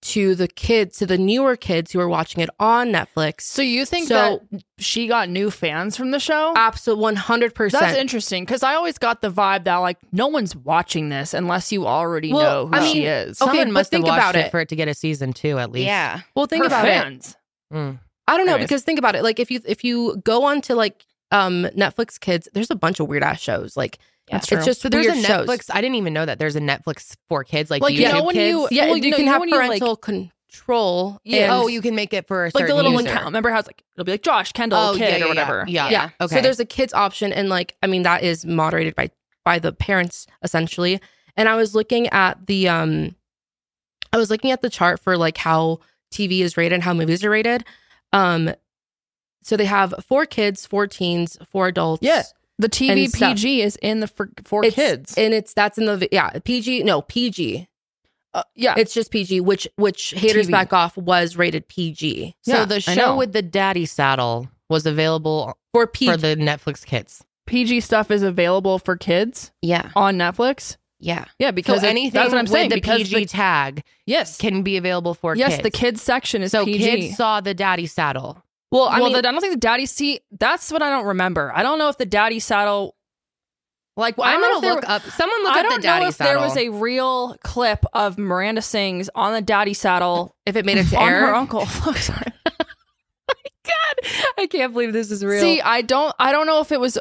to the kids, to the newer kids who were watching it on Netflix.
so you think
So-
that she got new fans from the show
Absolutely, one hundred
That's
percent.
interesting because I always got the vibe that like no one's watching this unless you already know
Well,
who
I
she
mean,
is.
okay,
Someone
but
must have
think
watched
about
it
it.
for it to get a season two at least.
Yeah.
Well, think
Her
about it.
fans.
Mm.
I don't know
Anyways.
because think about it. Like if you if you go on to like um Netflix Kids, there's a bunch of weird ass shows. Like
That's
it's just
There's
weird
a
shows.
Netflix. I didn't even know that there's a Netflix for kids. Like,
Like,
YouTube
you know when
kids.
you-
Yeah,
Well,
you,
you know-
can
you know
have
when you, like-
parental control.
Yeah.
and-
oh, you can make it for a
like the
certain
little
user.
account. Remember how it's like it'll be like Josh Kendall
Oh,
kid
yeah, yeah,
or whatever.
Yeah.
Yeah.
Okay.
So there's a kids option, and like I mean that is moderated by by the parents essentially. And I was looking at the um, I was looking at the chart for like how TV is rated and how movies are rated. Um, so they have four kids, four teens, four adults.
Yeah, The TV
And stuff.
PG is in the for, for
It's-
kids.
and it's that's in the yeah PG no PG.
Uh, yeah.
It's just PG, which which haters
TV.
back off was rated PG
so
Yeah,
the
I
show
know.
with the daddy saddle was available
for PG.
for the Netflix kids.
PG stuff is available for kids
Yeah.
on Netflix.
Yeah.
Yeah, because
so
it-
anything
that's what I'm
with
saying.
the
because
PG
the-
tag
yes,
can be available for
yes,
kids.
the kids section is
so
PG.
kids saw the daddy saddle.
well, I
well,
mean,
the, I don't think the daddy see. That's what I don't remember. I don't know if the daddy saddle. Like I
I'm
don't know
gonna
if there
look up. Someone look
I
up
don't
the daddy
know if
saddle.
there was a real clip of Miranda sings on the daddy saddle
if it made it to
on
air,
her uncle. Sorry.
God, I can't believe this is real.
See, I don't I don't know if it was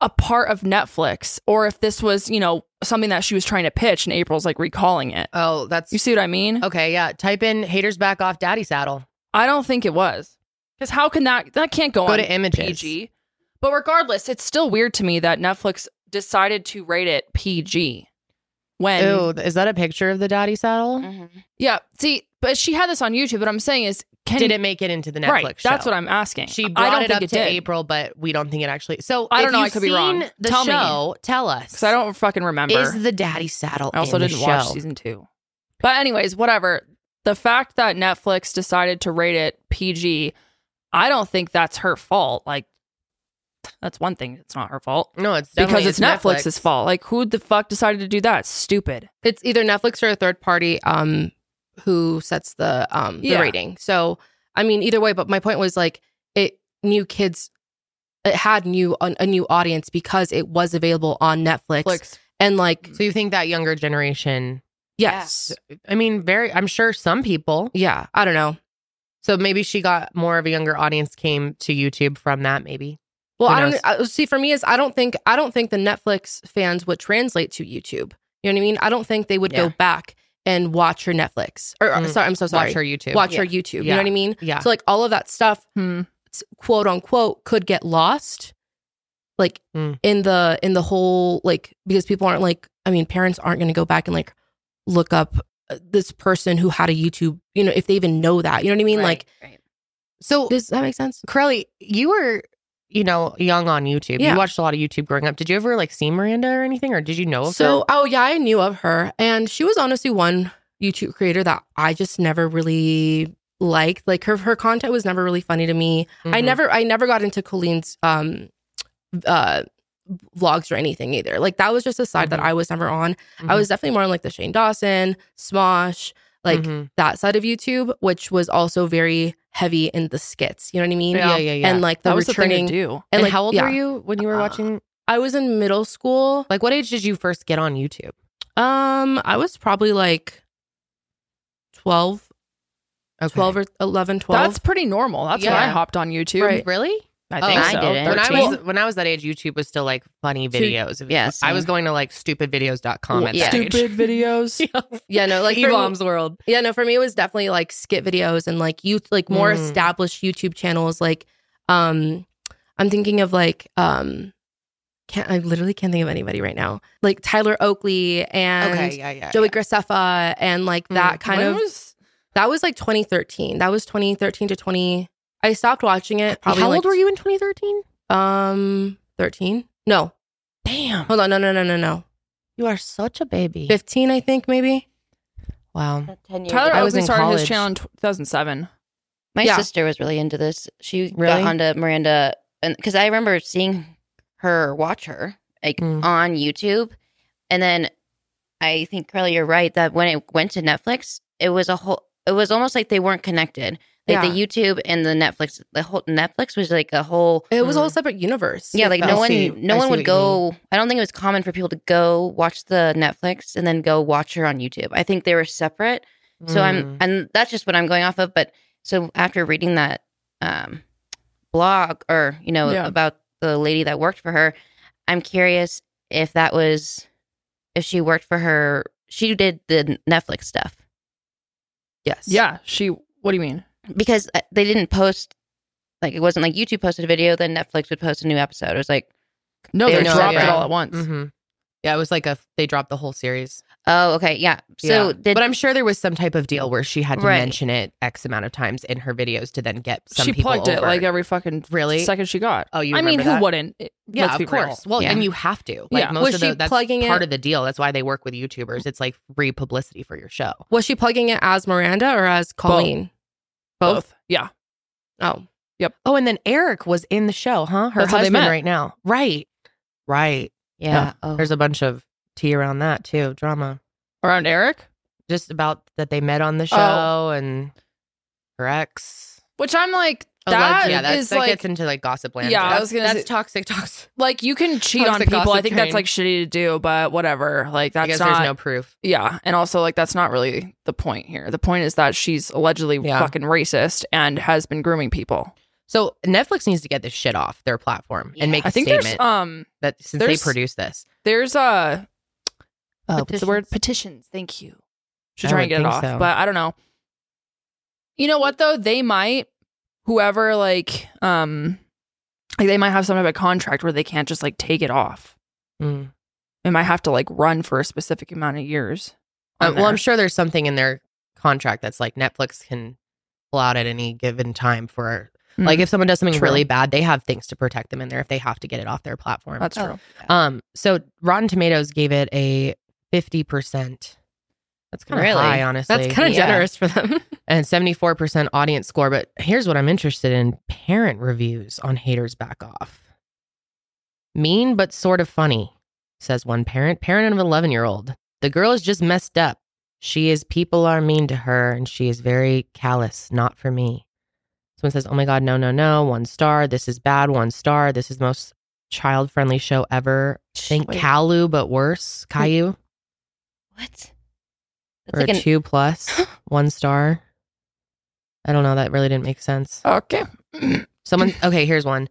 a part of Netflix or if this was, you know, something that she was trying to pitch and April's like recalling it.
oh, that's
You see what I mean?
okay. Yeah, type in haters back off daddy saddle.
I don't think it was. Cuz how can that that can't go,
Go
on
to images.
PG. But regardless, it's still weird to me that Netflix decided to rate it PG. When
Ew, is that a picture of the daddy saddle?
Mhm.
Yeah, see, but she had this on YouTube. What I'm saying is, can
Did it make it into the Netflix
right?
show?
That's what I'm asking.
She
I
brought
don't
it
think
up
it
to
did.
April, but we don't think it actually. So
I don't
if
know, I
you've
could be wrong.
seen The
Tell me.
show. Tell us.
because I don't fucking remember.
Is the daddy saddle?
I also
in the
didn't watch
show?
season two. But anyways, whatever. The fact that Netflix decided to rate it PG, I don't think that's her fault. Like that's one thing. It's not her fault.
No, it's
Because
definitely-
it's, Netflix's fault. Like who the fuck decided to do that? Stupid.
It's either Netflix or a third party um who sets the um the
Yeah.
rating. So I mean either way, but my point was like it new kids it had new a, a new audience because it was available on Netflix.
Netflix.
And like
So you think that younger generation?
yes.
I mean, very. I'm sure some people.
Yeah. I don't know.
So maybe she got more of a younger audience came to YouTube from that. Maybe
Well,
Who
I
knows?
don't I, see for me is I don't think I don't think the Netflix fans would translate to YouTube. You know what I mean? I don't think they would
Yeah.
go back and watch her Netflix. Or uh,
Mm.
sorry, I'm so sorry.
watch her YouTube.
watch
Yeah.
her YouTube. You
Yeah.
know what I mean?
Yeah.
So like all of that stuff
Hmm.
s- quote unquote could get lost like
Mm.
in the in the whole like because people aren't like i mean parents aren't going to go back and like look up uh, this person who had a youtube you know if they even know that you know what i mean like
so
does that make sense
Crowley, you were, you know, young on YouTube.
Yeah.
You watched a lot of YouTube growing up. Did you ever like see Miranda or anything, or did you know of
so
her?
oh yeah i knew of her and she was honestly one youtube creator that i just never really liked like her her content was never really funny to me I
Mhm.
never I never got into Colleen's um uh vlogs or anything either. Like that was just a side
Mhm.
that I was never on. I
Mhm.
was definitely more on like the Shane Dawson, Smosh, like
Mhm.
that side of YouTube, which was also very heavy in the skits. You know what I mean?
yeah, yeah, yeah.
And like the
That was
returning
the thing to do.
And, how old
yeah.
were you when you were
Uh,
watching?
I was in middle school.
Like, what age did you first get on YouTube?
Um I was probably like 12,
Okay.
12 or 11, 12.
That's pretty normal. That's when I
Yeah.
hopped on YouTube.
Right.
Really?
I
Oh,
think
I
so.
didn't.
When I
13.
was when I was that age, YouTube was still like funny
Two-
videos. It was-
yes.
I was going to like stupidvideos.com at that age.
stupid videos.
yeah, no, like for me-
Evom's world.
Yeah, no, for me it was definitely like skit videos and like you like more
Mm.
established YouTube channels. Like, um, I'm thinking of like um, can't I literally can't think of anybody right now. Like Tyler Oakley and
Okay, yeah, yeah.
Joey
yeah.
Graceffa and like
Mm.
that kind
When
of
was-
that was like 2013. That was 2013 to 20. I stopped watching it. Probably
How
like,
old were you in 2013?
Um, 13. No,
Damn,
hold on, no, no, no, no, no.
you are such a baby.
15, I think maybe.
Wow.
Tyler
I was
Oakley
in
started
college.
his channel in 2007.
My
Yeah.
sister was really into this. She
Really?
got onto Miranda, and because I remember seeing her watch her like
Mm.
on YouTube, and then I think Carly, you're right that when it went to Netflix, it was a whole. It was almost like they weren't connected. Like the
Yeah.
YouTube and the Netflix, the whole Netflix was like a whole.
It was a
Mm.
whole separate universe.
Yeah, like
I
no one,
see- I
no one
see what
would
you
go. I don't think it was common for people to go watch the Netflix and then go watch her on YouTube. I think they were separate. So
Mm.
I'm, and that's just what I'm going off of. But so after reading that um, blog or, you know,
Yeah.
about the lady that worked for her, I'm curious if that was, if she worked for her, she did the Netflix stuff
yes,
Yeah, she. What do you mean?
because uh, they didn't post, like, it wasn't like YouTube posted a video, then Netflix would post a new episode. It was like,
No,
They
they Mm-hmm.
know,
dropped it
yeah.
all at once.
Mhm. Yeah, it was like a they dropped the whole series.
oh, okay. Yeah. So
Yeah.
did,
but I'm sure there was some type of deal where she had to
Right.
mention it X amount of times in her videos to then get some
She
people
plugged it
over.
like every fucking
Really?
second she got.
Oh, you
I mean,
remember that?
who wouldn't? It-
Yeah,
let's be
of course.
real.
Well,
Yeah.
and you have to. Like
Yeah.
most
Was
of
she
the, that's
plugging
part
it-
of the deal. That's why they work with YouTubers. It's like free publicity for your show.
Was she plugging it as Miranda or as Colleen?
Both. Yeah.
Oh,
Oh, and then Eric was in the show, huh? Her
That's how they
husband
met.
right now. Right. Right.
yeah. Oh,
There's a bunch of tea around that too, drama.
Around Eric,
Just about that they met on the show
Oh.
and her ex.
which I'm like,
Alleged-
that
Oh, yeah, that's,
is
that
like,
gets into like gossip land.
Yeah, I
That's-
was gonna
that's
say-
toxic toxic.
like you can cheat
Toxic
on people. I
gossip
think
train.
that's like shitty to do, but whatever. Like
I
that's
guess
not.
there's no proof.
yeah, and also like that's not really the point here. The point is that she's allegedly
Yeah.
fucking racist and has been grooming people.
So Netflix needs to get this shit off their platform
Yeah.
and make a
I think there's
statement
um
that since they
there's-
produce this,
there's uh, uh what's the
Petitions.
word petitions. Thank you. Should
I
try
would
and get it
think
off,
so.
but I don't know. You know what though? They might whoever like um like they might have some type of contract where they can't just like take it off.
Mm.
They might have to like run for a specific amount of years.
Uh,
on
well, I'm
there.
sure there's something in their contract that's like Netflix can pull out at any given time for
Mm.
like if someone does something
True.
really bad, they have things to protect them in there if they have to get it off their platform.
That's
Oh.
true.
Um, so Rotten Tomatoes gave it a fifty percent. That's kind of
Really?
high, honestly.
That's kind of
Yeah.
generous for them.
and seventy four percent audience score. But here's what I'm interested in: parent reviews on Haters Back Off. Mean but sort of funny, says one parent. Parent of an eleven year old. The girl is just messed up. She is people are mean to her, and she is very callous. Not for me. Someone says, "Oh my God, no, no, no! One star. This is bad. One star. This is most." Child friendly show ever. Think
Wait.
Calu, but worse. Caillou.
What?
or
That's like
a
an,
two plus one star. I don't know. That really didn't make sense.
Okay.
Someone, okay, here's one.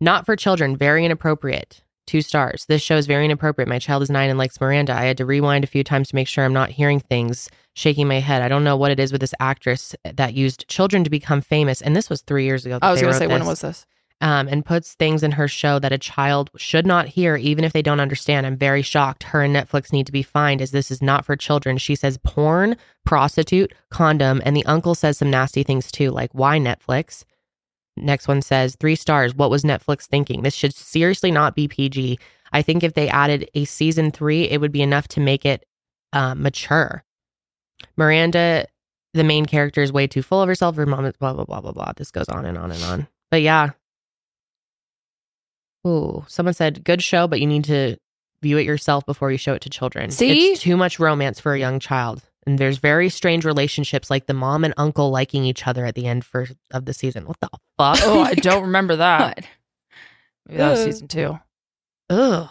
Not for children, very inappropriate. Two stars. This show is very inappropriate. My child is nine and likes Miranda. I had to rewind a few times to make sure I'm not hearing things, shaking my head. I don't know what it is with this actress that used children to become famous. And this was three years ago. that
I was
they
going to
wrote
say, when
this
was this?
um, and puts things in her show that a child should not hear, even if they don't understand. I'm very shocked. Her and Netflix need to be fined, as this is not for children. She says porn, prostitute, condom, and the uncle says some nasty things too, like why Netflix? Next one says three stars. What was Netflix thinking? This should seriously not be PG. I think if they added a season three, it would be enough to make it uh, mature. Miranda, the main character, is way too full of herself. Her mom is blah, blah, blah, blah, blah. This goes on and on and on. But yeah, Ooh, someone said, "Good show, but you need to view it yourself before you show it to children."
See?
it's too much romance for a young child, and there's very strange relationships, like the mom and uncle liking each other at the end for of the season. What the fuck?
Oh, I don't remember that.
God.
Maybe that was
Ugh.
season two.
Ugh.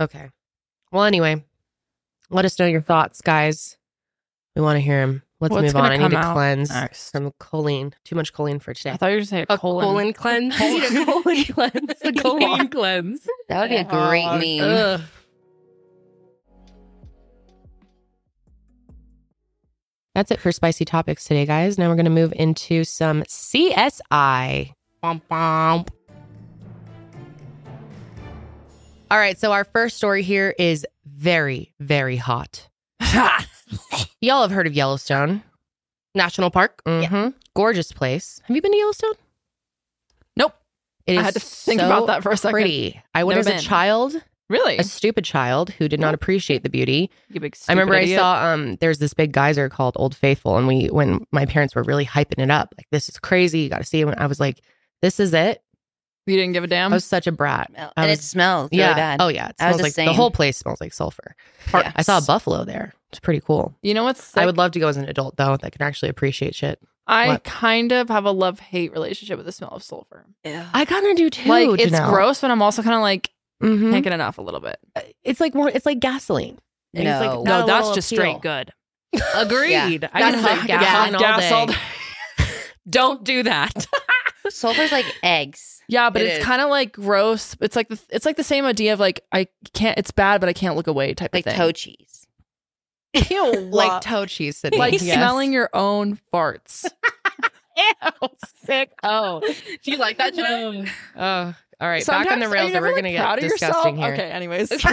Okay. Well, anyway, let us know your thoughts, guys. We want to hear them. Let's
What's
move on.
gonna
I need to
come out
cleanse
Nice.
some choline. Too much choline for today.
I thought you were going to say a
A
colon.
colon cleanse.
Colon.
Need a colon cleanse. A colon cleanse.
That would be a
Oh,
great meme.
Ugh.
That's it for spicy topics today, guys. Now we're going to move into some CSI.
Bum, bum.
All right, so our first story here is very, very hot. Y'all have heard of Yellowstone.
National Park.
Mhm. Gorgeous place. Have you been to Yellowstone?
Nope.
It is
I had to think
so
about that for a second.
pretty. I went
Never
as a
been.
child,
Really?
a stupid child who did not appreciate the beauty.
You big
I remember
stupid idiot.
I saw um there's this big geyser called Old Faithful and we when my parents were really hyping it up, like this is crazy, you gotta see it. When I was like, This is it.
You didn't give a damn.
I was such a brat.
Smell-
I
and it
was-
smells really
yeah.
bad.
Oh yeah. It
I
smells
was the
like the
same.
whole place smells like sulfur.
Yeah.
I saw a buffalo there. It's pretty cool.
you know what's?
I
sick?
would love to go as an adult though that can actually appreciate shit.
I
What?
kind of have a love hate relationship with the smell of sulfur.
I kind of do too.
like it's
Janelle.
gross, but I'm also kind of like
Mhm.
can't get enough a little bit.
Uh, It's like one. It's like gasoline.
no.
It's like
no.
not a little appeal.
good.
Agreed.
I can
That's
hot
like
gas
gas.
all day.
Don't do that.
Sulfur's like eggs.
Yeah, but
It
it's
is.
kind of like gross. It's like the, it's like the same idea of like I can't. It's bad, but I can't look away type
Like
of thing.
toe cheese.
like toe cheese. Sydney.
like
Yes.
smelling your own farts.
sick. Oh,
do you like that, Janelle?
oh. All right. back on
Sometimes-
the
are
rails,
you
or
never,
we're
like,
gonna
proud
get
of
disgusting
yourself?
here.
Okay, anyways.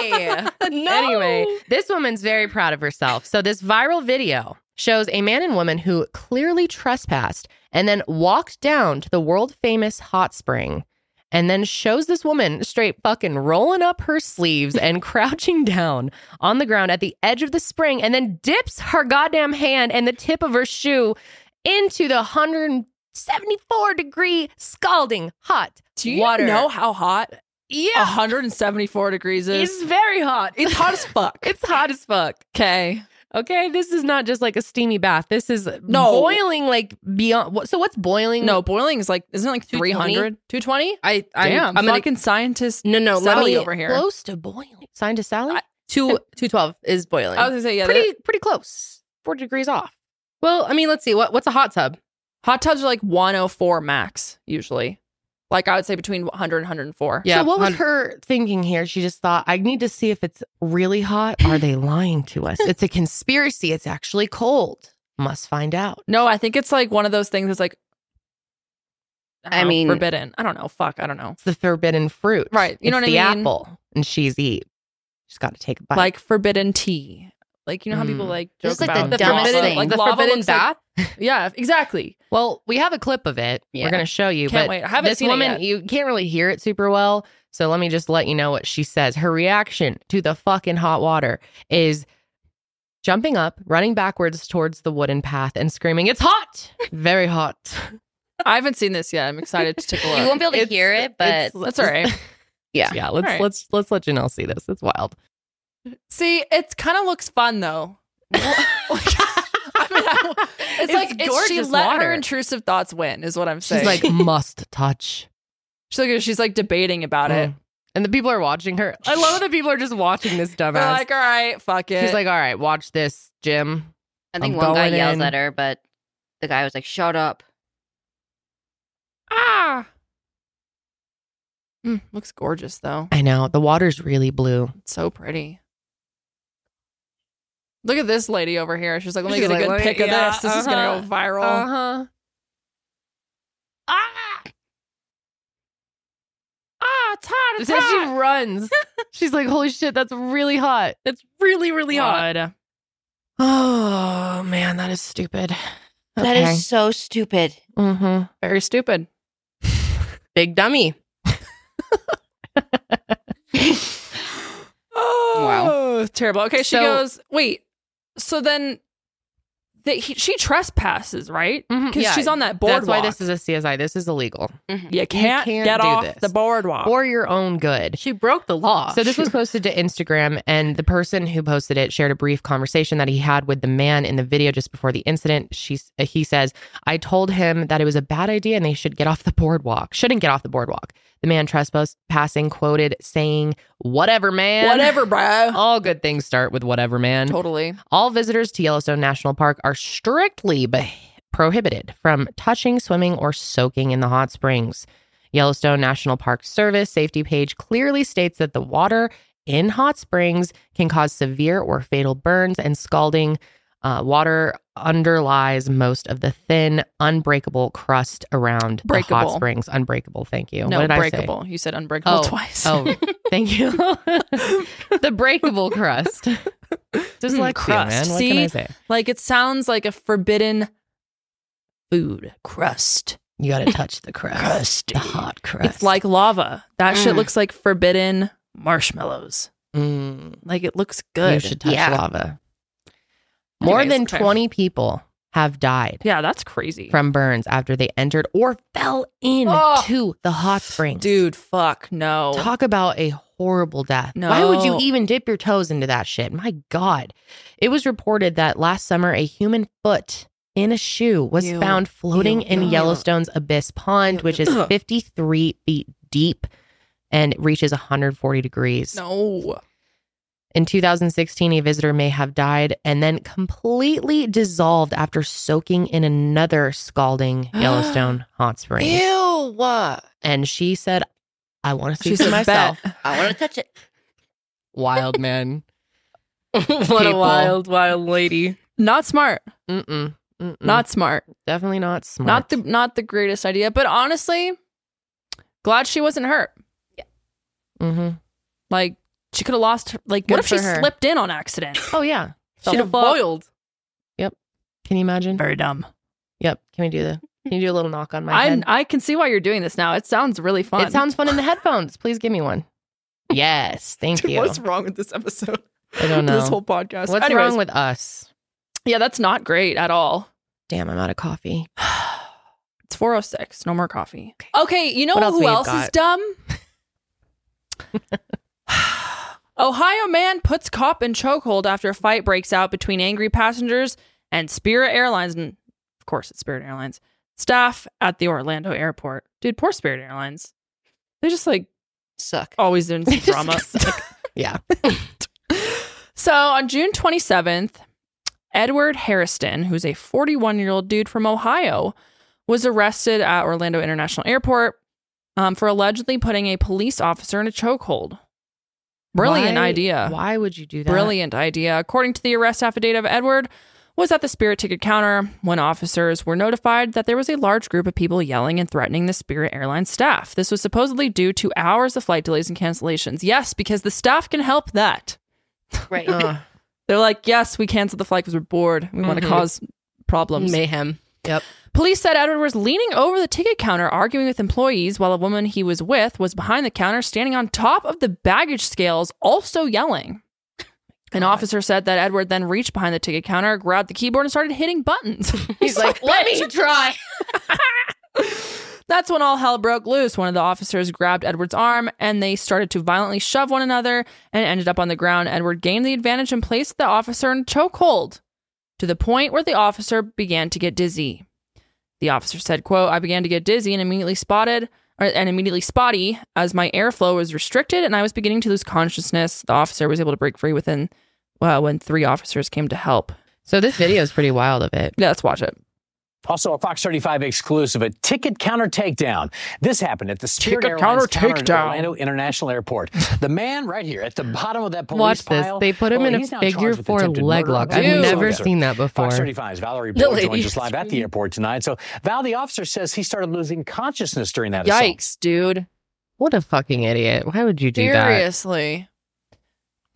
Okay.
no.
Anyway, this woman's very proud of herself. So, this viral video shows a man and woman who clearly trespassed and then walked down to the world famous hot spring and then shows this woman straight fucking rolling up her sleeves and crouching down on the ground at the edge of the spring and then dips her goddamn hand and the tip of her shoe into the 174 degree scalding hot.
Do you
Water.
know how hot
Yeah.
174 degrees is?
It's very hot.
It's hot as fuck.
It's hot as fuck.
okay.
Okay, this is not just like a steamy bath. This is
No.
boiling like beyond. what- So what's boiling?
No, boiling is like isn't it like 300?
two twenty.
I, I
Damn,
I'm
I'm
gonna
fucking scientist
no, no. Let
Sally
me
over here.
Close to boiling. Signed to Sally.
I-
two two twelve is boiling.
I was gonna say yeah.
pretty
that-
pretty close. Four degrees off.
well, I mean, let's see. What what's a hot tub?
hot tubs are like 104 max usually. Like I would say between 100 and 104.
Yeah,
So what was
hun-
her thinking here? She just thought, I need to see if it's really hot. Are they lying to us? It's a conspiracy. It's actually cold. Must find out.
No, I think it's like one of those things that's like. don't
I
know,
mean-
forbidden. I don't know. Fuck, I don't know.
It's the forbidden fruit.
Right, you know
It's
what I
the
mean?
apple, and she's eat. She's got to take a bite.
Like forbidden tea. Like you know how people
Mm.
like joke
This is, like,
about
the dumbest
lava,
thing.
like
the
lava
forbidden
looks like-
bath.
yeah, exactly.
Well, we have a clip of it.
Yeah.
We're going to show you.
Can't
but
wait. I haven't
this
seen it
woman,
yet.
you can't really hear it super well. So let me just let you know what she says. Her reaction to the fucking hot water is jumping up, running backwards towards the wooden path, and screaming, "It's hot! Very hot!"
I haven't seen this yet. I'm excited to take a look.
You won't be able to
It's-
hear it, but
it's-
That's all right.
Yeah.
yeah. Let's
Alright.
let's let's let Janelle see this. It's wild.
See, it kind of looks fun though. I mean, I- it's, like it's, she let her intrusive thoughts win, is what I'm saying.
She's like must touch.
she's like, she's like debating about it.
Mm. And the people are watching her. I love that people are just watching this
They're
dumbass.
like, all right, fuck it.
She's like, "All right, watch this, Jim."
I think
I'm
one guy
going
yells
in.
at her, but the guy was like, "Shut up!"
ah, Mm, looks gorgeous though.
I know the water's really blue.
It's so pretty. Look at this lady over here. She's like, let me
She's
get
like,
a good
let me-
pic of
yeah, uh-huh.
this. This is gonna go viral.
huh.
Ah, ah, it's hot. It's
So she
hot.
runs. She's like, "Holy shit, that's really hot."
It's really, really
God. Oh man, that is stupid.
That is so stupid.
mm-hmm.
Very stupid.
Big dummy.
Oh, terrible. Okay, she
So-
goes, wait. So then that he, she trespasses, right? Because she's on that boardwalk.
Mm-hmm. That's why this is a CSI. This is illegal
you can't,
can't
get
do
off
this.
the boardwalk.
for your own good.
She broke the
Ah,
law.
So this was posted to Instagram, and the person who posted it shared a brief conversation that he had with the man in the video just before the incident. She, uh, he says, "I told him that it was a bad idea and they should get off the boardwalk. Shouldn't get off the boardwalk." The man trespassing quoted saying, "Whatever, man.
Whatever, bro.
All good things start with whatever, man.
Totally.
All visitors to Yellowstone National Park are strictly beh- prohibited from touching, swimming, or soaking in the hot springs. Yellowstone National Park Service safety page clearly states that the water in hot springs can cause severe or fatal burns and scalding. Uh, water underlies most of the thin, unbreakable crust around the hot
Breakable.
springs. Unbreakable. Thank you.
No,
what did
breakable. You said unbreakable
Oh,
twice.
I say? Oh, thank you. the breakable crust. Just
Mm,
like
crust.
man. What
See?
can I say?
like it sounds like a forbidden food crust.
You got to touch the crust,
Crusty.
the hot crust.
It's like lava. That shit
Mm.
looks like forbidden marshmallows.
Mm,
Like it looks good.
you should touch
Yeah.
lava. More
Anyways,
than
okay.
20 people have died
Yeah, that's crazy.
from burns after they entered or fell into
Oh.
the hot springs.
Dude, fuck no.
Talk about a horrible death. Why would you
Oh. No.
even dip your toes into that shit? My God. It was reported that last summer a human foot in a shoe was
Ew.
found floating
Ew.
in
Ew.
Yellowstone's Abyss Pond,
Ew.
which is
Ugh.
53 feet deep and reaches 140 degrees.
no.
In 2016, a visitor may have died and then completely dissolved after soaking in another scalding Yellowstone hot spring.
Ew.
And she said, I want to see
She
for
said,
myself.
I want to touch it.
Wild man.
what a
People.
wild, wild lady.
Not smart.
Mm. Mm-mm. Mm-mm.
Not smart.
definitely not smart.
Not the not the greatest idea. But honestly, glad she wasn't hurt.
Mhm.
Like she could have lost. Her, like,
Good
what if she
for her.
slipped in on accident?
Oh yeah.
She'd have
fuck?
boiled.
Can you imagine?
Very dumb.
Yep. Can we do the? Can you do a little knock on my
I
head?
I can see why you're doing this now. It sounds really fun.
It sounds fun in the headphones. Please give me one. Yes, thank
Dude,
you.
What's wrong with this episode?
I don't know.
This whole podcast.
What's
Anyways,
wrong with us?
yeah, that's not great at all.
Damn, I'm out of coffee.
it's 406. No more coffee.
Okay.
Okay, you know
What else
who
we've
else is
got?
dumb? Ohio man puts cop in chokehold after a fight breaks out between angry passengers and Spirit Airlines. And of course, it's Spirit Airlines staff at the Orlando airport. Dude, poor Spirit Airlines. They just like
Suck.
always in some drama.
Yeah.
So on June 27th, Edward Harrison, who's a 41 year old dude from Ohio, was arrested at Orlando International Airport um, for allegedly putting a police officer in a chokehold. Brilliant
Why-
idea.
Why would you do that?
Brilliant idea. According to the arrest affidavit of Edward, was at the Spirit ticket counter when officers were notified that there was a large group of people yelling and threatening the Spirit Airlines staff. This was supposedly due to hours of flight delays and cancellations. Yes, because the staff can help that.
Right.
Ugh.
They're like, yes, we canceled the flight because we're bored. We want to
Mhm.
cause problems.
mayhem.
Police said Edward was leaning over the ticket counter arguing with employees while a woman he was with was behind the counter standing on top of the baggage scales also yelling. An officer said that Edward then reached behind the ticket counter, grabbed the keyboard, and started hitting buttons.
He's like,
Let me try.
That's when all hell broke loose. One of the officers grabbed Edward's arm and they started to violently shove one another and ended up on the ground. Edward gained the advantage and placed the officer in chokehold to the point where the officer began to get dizzy. The officer said, quote, I began to get dizzy and immediately spotted or, and immediately spotty as my airflow was restricted and I was beginning to lose consciousness. The officer was able to break free within well, when three officers came to help.
So this video is pretty wild of it.
Yeah, let's watch it.
Also, a Fox 35 exclusive, a ticket counter takedown. This happened at the Spirit
Ticket
Airlines
counter
in
takedown.
Orlando International Airport. The man right here at the bottom of that police
Watch this.
pile.
They put him
well,
in a
he's now
figure
charged with
four
attempted
leg
murder.
lock.
Dude.
I've never
Officer.
seen that before.
Fox 35's Valerie
The
Boyd
lady
joins us live at the
screaming.
airport tonight. So, Val, the officer says he started losing consciousness during that assault.
Yikes, dude.
What a fucking idiot! Why would you do
Seriously.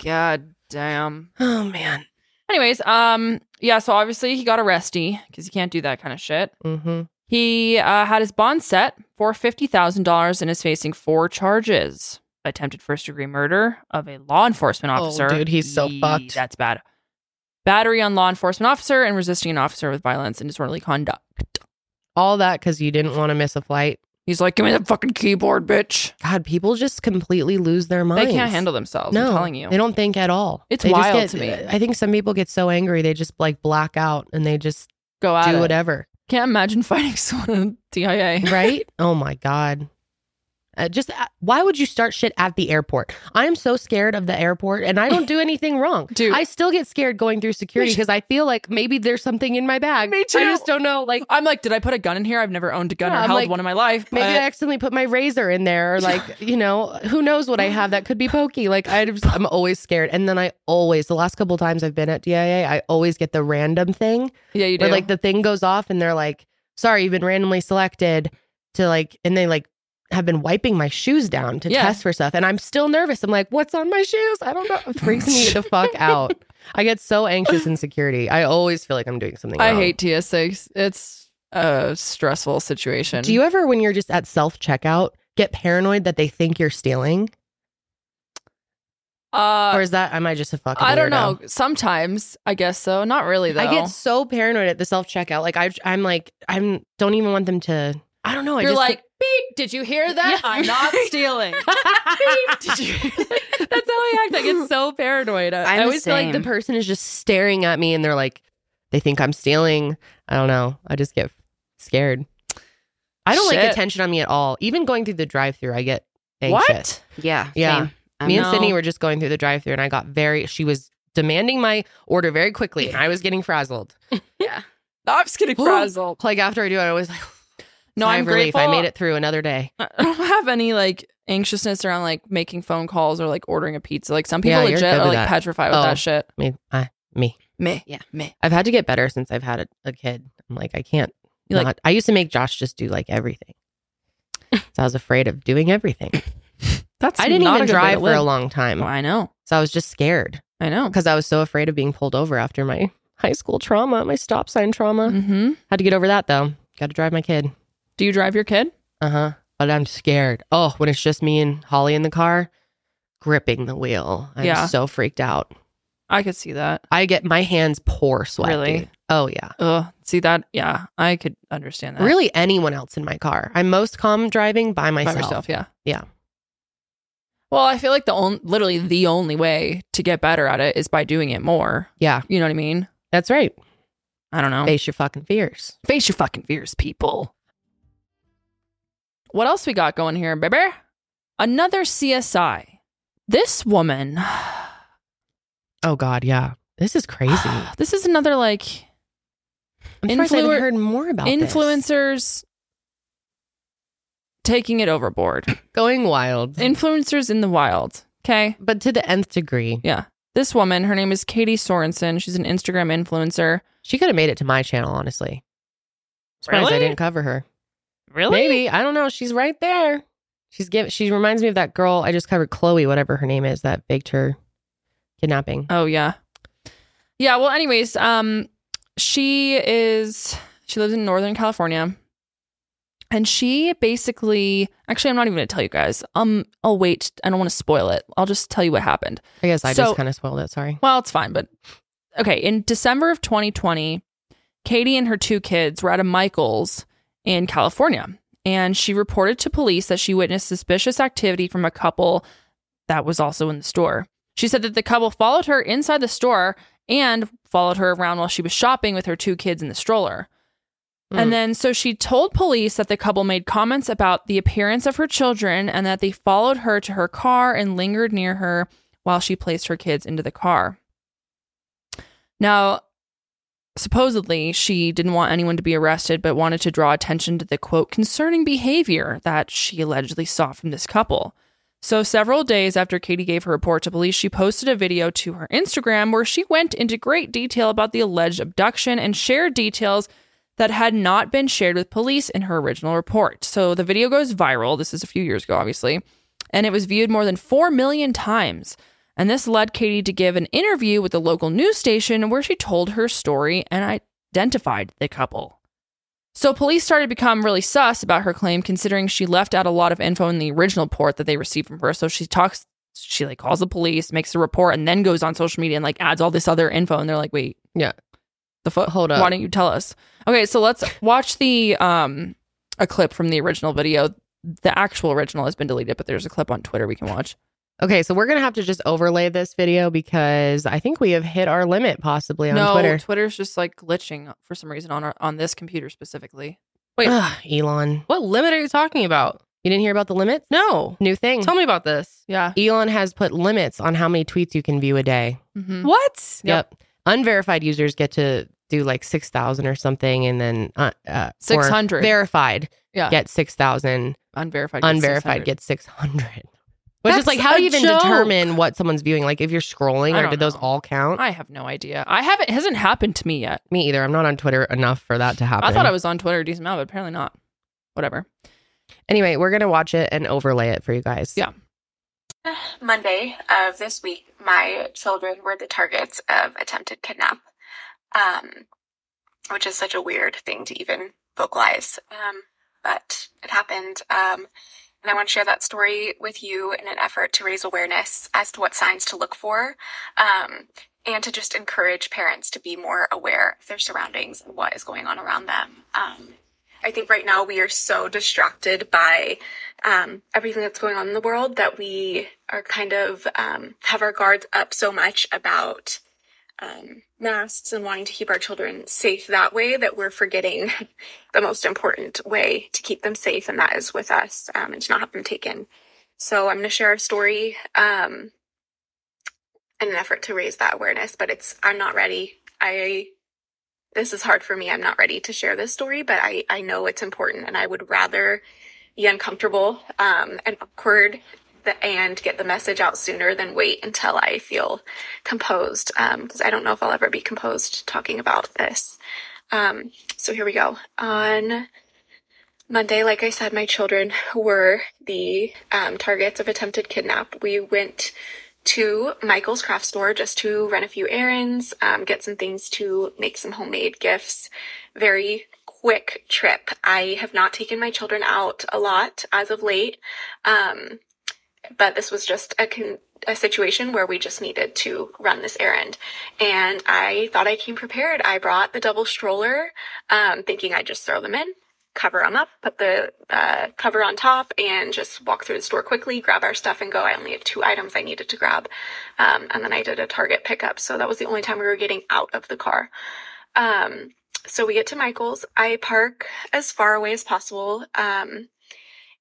God damn.
Oh man.
Anyways, um, yeah, so obviously he got arrested because you can't do that kind of shit.
that? hmm
He uh, had his bond set for fifty thousand dollars and is facing four charges: attempted first degree murder of a law enforcement
Oh,
officer.
dude, he's so
Yee,
fucked.
That's bad. Battery on law enforcement officer and resisting an officer with violence and disorderly conduct.
All that because you didn't want to miss a flight.
He's like, give me the fucking keyboard, bitch.
God, people just completely lose their minds.
They can't handle themselves.
No,
I'm telling you.
they don't think at all.
It's
They just
wild
get-
to me.
I think some people get so angry they just like black out and they just
Go at
do
it.
whatever,
Can't imagine fighting someone in DIA.
right? oh my god. Uh, just uh, why would you start shit at the airport? I am so scared of the airport, and I don't do anything wrong.
Dude.
I still get scared going through security because I feel like maybe there's something in my bag.
Me too.
I just don't know. Like
I'm like, did I put a gun in here? I've never owned a gun
Yeah,
or
I'm
held
like,
one in my life.
Maybe
but-
I accidentally put my razor in there, or like you know, who knows what I have that could be pokey. Like I just, I'm always scared, and then I always the last couple times I've been at DIA, I always get the random thing
yeah, you do.
where like the thing goes off and they're like, "Sorry, you've been randomly selected to like," and they like have been wiping my shoes down to
Yeah.
test for stuff, and I'm still nervous. I'm like, "What's on my shoes? I don't know." It freaks me the fuck out. I get so anxious in security. I always feel like I'm doing something.
I
wrong.
hate TS6. It's a stressful situation.
Do you ever, when you're just at self checkout, get paranoid that they think you're stealing?
Uh,
or is that am I just a fucking?
I don't
weirdo?
know. Sometimes, I guess so. Not really though.
I get so paranoid at the self checkout. Like I, I'm like I'm don't even want them to. I don't know. I
You're
just
like, beep. Did you hear that?
Yeah.
I'm not stealing. Beep, Did you? hear that? That's how I act. I get so paranoid. I,
I'm
I
the
always
feel like the
same.
person is just staring at me, and they're like, they think I'm stealing. I don't know. I just get scared. I don't like
Shit.
attention on me at all. Even going through the drive through, I get anxious.
what?
Yeah.
Yeah.
same. I'm
Me and
No.
Sydney were just going through the drive through and I got very she was demanding my order very quickly and I was getting frazzled.
I'm just getting
Ooh.
frazzled.
Like after I do it, I was like,
No,
sigh
I'm
of relief.
grateful.
I made it through another day.
I don't have any like anxiousness around like making phone calls or like ordering a pizza. Like some people
Yeah, you're
legit
good
are
with
like
that.
petrified with
Oh.
that shit.
I mean, I
Me,
Yeah.
me.
I've had to get better since I've had a, a kid. I'm like, I can't
You like-
not- I used to make Josh just do like everything. so I was afraid of doing everything.
That's
I didn't
not
even
a good way
drive
to
for a
live.
long time.
Oh, I know.
So I was just scared
I know.
because I was so afraid of being pulled over after my high school trauma, my stop sign trauma.
Mm-hmm.
Had to get over that though. Got to drive my kid.
Do you drive your kid?
Uh huh. But I'm scared. Oh, when it's just me and Holly in the car, gripping the wheel. I'm
Yeah.
so freaked out.
I could see that.
I get my hands pour sweat.
Really?
dude. Oh yeah.
Ugh. See that? Yeah, I could understand that.
Really, anyone else in my car? I'm most calm driving by
By
myself.
yourself, yeah.
Yeah.
Well, I feel like the only, literally the only way to get better at it is by doing it more.
Yeah,
You know what I mean?
that's right.
I don't know.
Face your fucking fears.
Face your fucking fears, people. What else we got going here, baby? Another CSI. This woman.
Oh God, yeah. This is crazy. I'm
This is another like
surprised I
Influen-
haven't heard more about this.
influencers taking it overboard.
going wild,
influencers in the wild. Okay.
but to the nth degree.
Yeah. This woman, her name is Katie Sorensen. She's an Instagram influencer.
She could have made it to my channel, honestly. Surprised I
Really?
didn't cover her.
Really?
Maybe I don't know. She's right there. She's give. She reminds me of that girl I just covered, Chloe, whatever her name is, that faked her kidnapping.
Oh, yeah. Yeah. Well, anyways, um, she is she lives in Northern California, and she basically actually I'm not even gonna tell you guys. Um, I'll wait. I don't want to spoil it. I'll just tell you what happened.
I guess I
So-
just kind of spoiled it. Sorry.
Well, it's fine, but okay. In December of 2020, Katie and her two kids were at a Michaels in California, and she reported to police that she witnessed suspicious activity from a couple that was also in the store. She said that the couple followed her inside the store and followed her around while she was shopping with her two kids in the stroller.
Mm.
And then, so she told police that the couple made comments about the appearance of her children and that they followed her to her car and lingered near her while she placed her kids into the car. Now, supposedly, she didn't want anyone to be arrested, but wanted to draw attention to the quote concerning behavior that she allegedly saw from this couple. So, several days after Katie gave her report to police, she posted a video to her Instagram where she went into great detail about the alleged abduction and shared details that had not been shared with police in her original report. So, the video goes viral. This is a few years ago, obviously and it was viewed more than 4 million times. And this led Katie to give an interview with the local news station where she told her story and identified the couple. So police started to become really sus about her claim considering she left out a lot of info in the original report that they received from her. So she talks she like calls the police, makes a report and then goes on social media and like adds all this other info and they're like, "Wait.
Yeah.
The fuck?
Hold up.
Why don't you tell us?" Okay, so let's watch the um a clip from the original video the actual original has been deleted, but there's a clip on Twitter we can watch.
Okay, so we're gonna have to just overlay this video because I think we have hit our limit possibly on
no,
Twitter.
Twitter's just like glitching for some reason on our, on this computer specifically.
Wait.
Ugh, Elon,
What limit are you talking about?
you didn't hear about the limits?
No.
New thing.
Tell me about this.
Yeah.
Elon has put limits on how many tweets you can view a day.
Mm-hmm.
What?
Hmm. Yep. Unverified users get to do like 6,000 or something and then uh, uh, or
600.
verified
Yeah.
get 6,000,
Unverified. gets
unverified
600.
get 600. Which
That's
is like, how do you
a
even
joke.
determine what someone's viewing? Like, if you're scrolling,
I
or
don't
did those
know.
all count?
I have no idea. I haven't. It hasn't happened to me yet.
me either. I'm not on Twitter enough for that to happen.
I thought I was on Twitter a decent amount, but apparently not. Whatever.
Anyway, we're going to watch it and overlay it for you guys.
Yeah.
Monday of this week, my children were the targets of attempted kidnap, um, which is such a weird thing to even vocalize. Um, but it happened. Um, and I want to share that story with you in an effort to raise awareness as to what signs to look for um, and to just encourage parents to be more aware of their surroundings and what is going on around them. Um, I think right now we are so distracted by um, everything that's going on in the world that we are kind of um, have our guards up so much about um, masks and wanting to keep our children safe that way that we're forgetting the most important way to keep them safe, and that is with us um, and to not have them taken. So I'm going to share a story um, in an effort to raise that awareness, but it's I'm not ready. I this is hard for me. I'm not ready to share this story, but I I know it's important, and I would rather be uncomfortable um, and awkward th- and get the message out sooner than wait until I feel composed because I don't know if I'll ever be composed talking about this. Um, so here we go. On Monday, like I said, my children were the um, targets of attempted kidnap. We went to Michael's craft store just to run a few errands, um, get some things to make some homemade gifts. Very quick trip. I have not taken my children out a lot as of late. Um, but this was just a con- a situation where we just needed to run this errand, and I thought I came prepared. I brought the double stroller, um, thinking I'd just throw them in, cover them up, put the uh, cover on top, and just walk through the store quickly, grab our stuff, and go. I only had two items I needed to grab, um, and then I did a Target pickup, so that was the only time we were getting out of the car. Um, so we get to Michael's. I park as far away as possible. Um,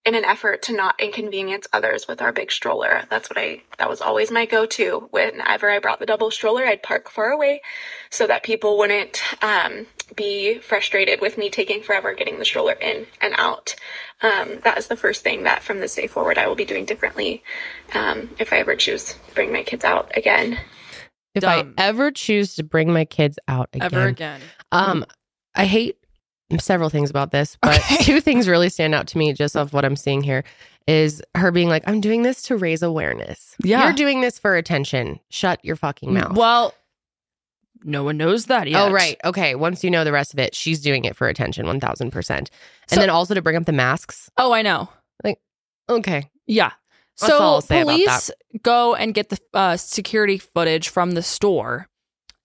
in an effort to not inconvenience others with our big stroller. That's what I, that was always my go to. Whenever I brought the double stroller, I'd park far away so that people wouldn't um, be frustrated with me taking forever getting the stroller in and out. Um, that is the first thing that from this day forward I will be doing differently um, if I ever choose to bring my kids out again.
If
Dumb.
I ever choose to bring my kids out again,
Ever again.
um, I hate several things about this, but
Okay.
two things really stand out to me just of what I'm seeing here is her being like, "I'm doing this to raise awareness.
Yeah.
Mm, You're doing this for attention. Shut your fucking mouth."
Well, no one knows that yet.
Oh, right. Okay. Once you know the rest of it, she's doing it for attention 1000%. And
So-
then also to bring up the masks.
Oh, I know.
Okay.
Yeah.
That's
so
all I'll say about that.
police go and get the uh, security footage from the store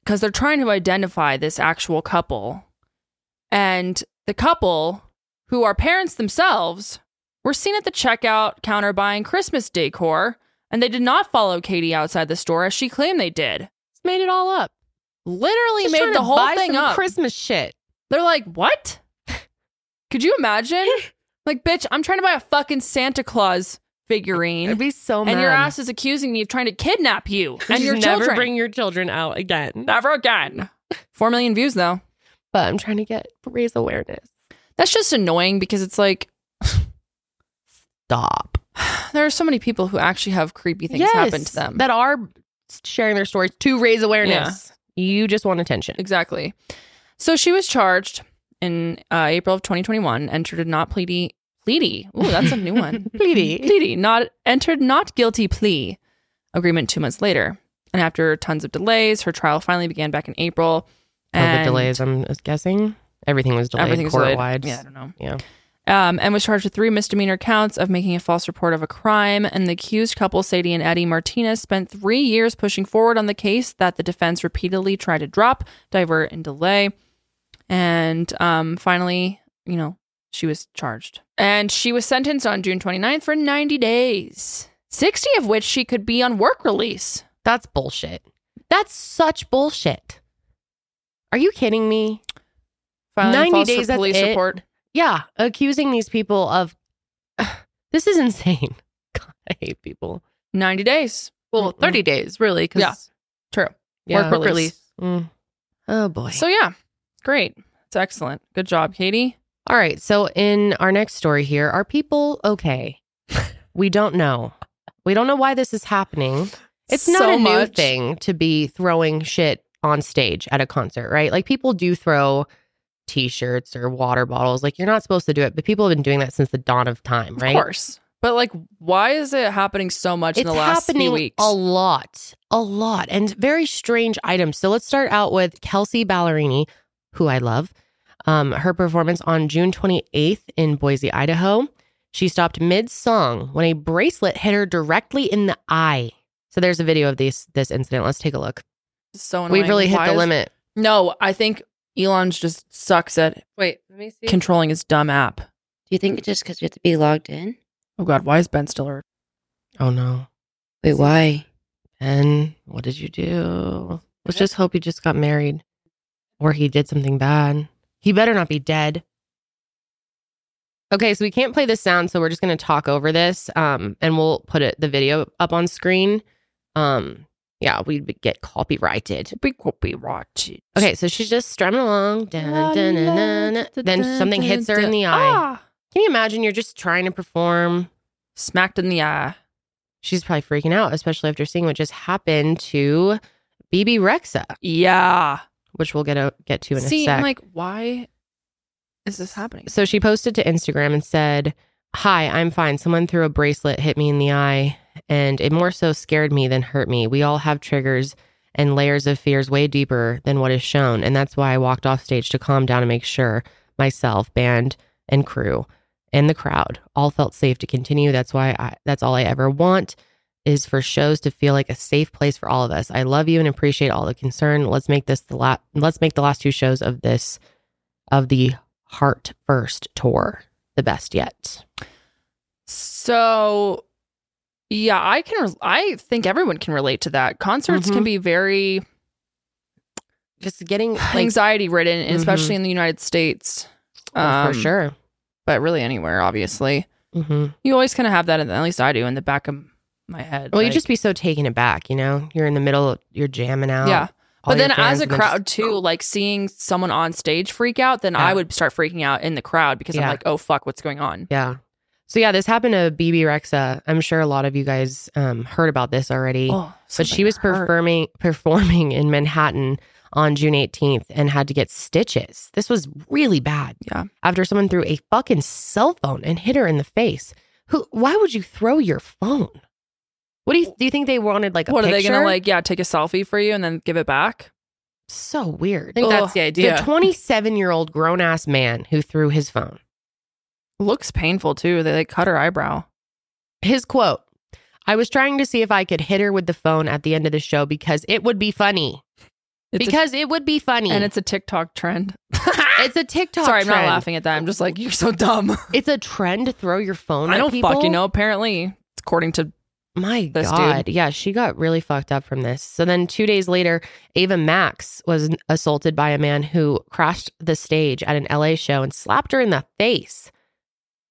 because they're trying to identify this actual couple, and the couple who are parents themselves were seen at the checkout counter buying Christmas decor, and they did not follow Katie outside the store as she claimed they did.
Just made it all up.
Literally
Just trying
made the
to
whole
buy
thing
some
up.
Christmas shit.
They're like, what? Could you imagine? like, bitch, I'm trying to buy a fucking Santa Claus figurine
It'd be so mad.
and your ass is accusing me of trying to kidnap you and
Just
your
never
children.
bring your children out again.
never again. Four million views though.
But I'm trying to get raise awareness.
That's just annoying because it's like
Stop.
there are so many people who actually have creepy things happen to them.
that are sharing their stories to raise awareness. You just want attention.
exactly. So she was charged in uh, April of 2021. Entered a not pleady pleady. Ooh, that's a new one.
Pleady.
pleady not entered not guilty plea agreement two months later. And after tons of delays, her trial finally began back in April.
COVID
and
delays. I'm guessing everything was delayed.
Everything's
court
delayed.
wide.
Yeah, I don't know.
Yeah.
Um, and was charged with three misdemeanor counts of making a false report of a crime. And the accused couple, Sadie and Eddie Martinez, spent three years pushing forward on the case that the defense repeatedly tried to drop, divert, and delay. And um, finally, you know, she was charged. And she was sentenced on June 29th for 90 days, 60 of which she could be on work release.
That's bullshit. That's such bullshit. Are you kidding me?
Filing
90
false
days, that's
police
it?
report.
Yeah, accusing these people of this is insane. God, I hate people.
90 days.
Well,
Mm-mm.
30 days, really, because
Yeah. True.
Yeah.
Work release.
Mm. Oh boy.
So yeah, great. It's excellent. Good job, Katie.
All right. So, in our next story here, are people okay? we don't know. We don't know why this is happening. It's not
So
a new
much.
thing to be throwing shit on stage at a concert, right? Like, people do throw t shirts or water bottles. Like, you're not supposed to do it, but people have been doing that since the dawn of time,
Of
right?
course. But like, why is it happening so much
It's
in the last
happening
few weeks?
a lot, a lot, and very strange items. So let's start out with Kelsey Ballerini, who I love. Um, her performance on June 28th in Boise, Idaho. She stopped mid-song when a bracelet hit her directly in the eye. So there's a video of this this incident. Let's take a look.
It's so annoying.
We've really hit
Why
the
is-
limit.
No, I think Elon's just sucks at
Wait, let me see.
controlling his dumb app.
Do you think it's just because we have to be logged in?
Oh God, why is Ben Stiller?
Oh no,
Wait, why?
Ben, Mm, what did you do? Let's just hope he just got married, or he did something bad. He better not be dead. Okay, so we can't play this sound, so we're just going to talk over this, um, and we'll put it, the video up on screen. Um, yeah, we get copyrighted.
Be copyrighted.
Okay, so she's just strumming along. Dun, dun, dun, dun, dun. Then something hits her in the eye.
Ah,
Can you imagine? You're just trying to perform.
smacked in the eye.
She's probably freaking out, especially after seeing what just happened to BB Rexa,
Yeah.
which we'll get o- get to in a
See,
sec.
I'm like, why is this happening?
So she posted to Instagram and said, Hi, I'm fine. Someone threw a bracelet, hit me in the eye, and it more so scared me than hurt me. We all have triggers and layers of fears way deeper than what is shown. And that's why I walked off stage to calm down and make sure myself, band, and crew and the crowd all felt safe to continue. That's why I, that's all I ever want is for shows to feel like a safe place for all of us. I love you and appreciate all the concern. Let's make this the la- let's make the last two shows of this of the Heart First tour the best yet.
So, yeah, I can. Re- I think everyone can relate to that. Concerts
Mhm.
can be very
Just getting like
anxiety ridden, especially in the United States.
Mm-hmm. oh,
Um,
for sure.
but really anywhere. Obviously,
hmm
you always kind of have that. In the, at least I do in the back of my head.
Well, you
like-
just be so taken aback, you know. You're in the middle, you're jamming out.
yeah.
all
But then,
your fans,
as a
and they're
crowd
just-
too, like seeing someone on stage freak out, then
Yeah.
I would start freaking out in the crowd because I'm
Yeah.
like, oh fuck, what's going on?
yeah. So yeah, this happened to BB Rexa. I'm sure a lot of you guys um, heard about this already.
Oh,
but she was performing performing in Manhattan on June 18th and had to get stitches. This was really bad.
Yeah.
After someone threw a fucking cell phone and hit her in the face. Who? Why would you throw your phone? What do you do? You think they wanted like a
What are they
picture?
gonna like? Yeah, take a selfie for you and then give it back.
So weird.
think
Ugh.
that's the idea.
The 27 year old grown ass man who threw his phone.
Looks painful too. They like cut her eyebrow.
His quote I was trying to see if I could hit her with the phone at the end of the show because it would be funny.
It's a-
because it would be funny.
and it's a TikTok trend.
it's a TikTok
Sorry, I'm not
trend.
laughing at that. I'm just like, you're so dumb.
It's a trend to throw your phone
I
at
don't
people.
fucking know. Apparently, according to
My
this
God. Yeah, she got really fucked up from this. So then two days later, Ava Max was assaulted by a man who crashed the stage at an LA show and slapped her in the face.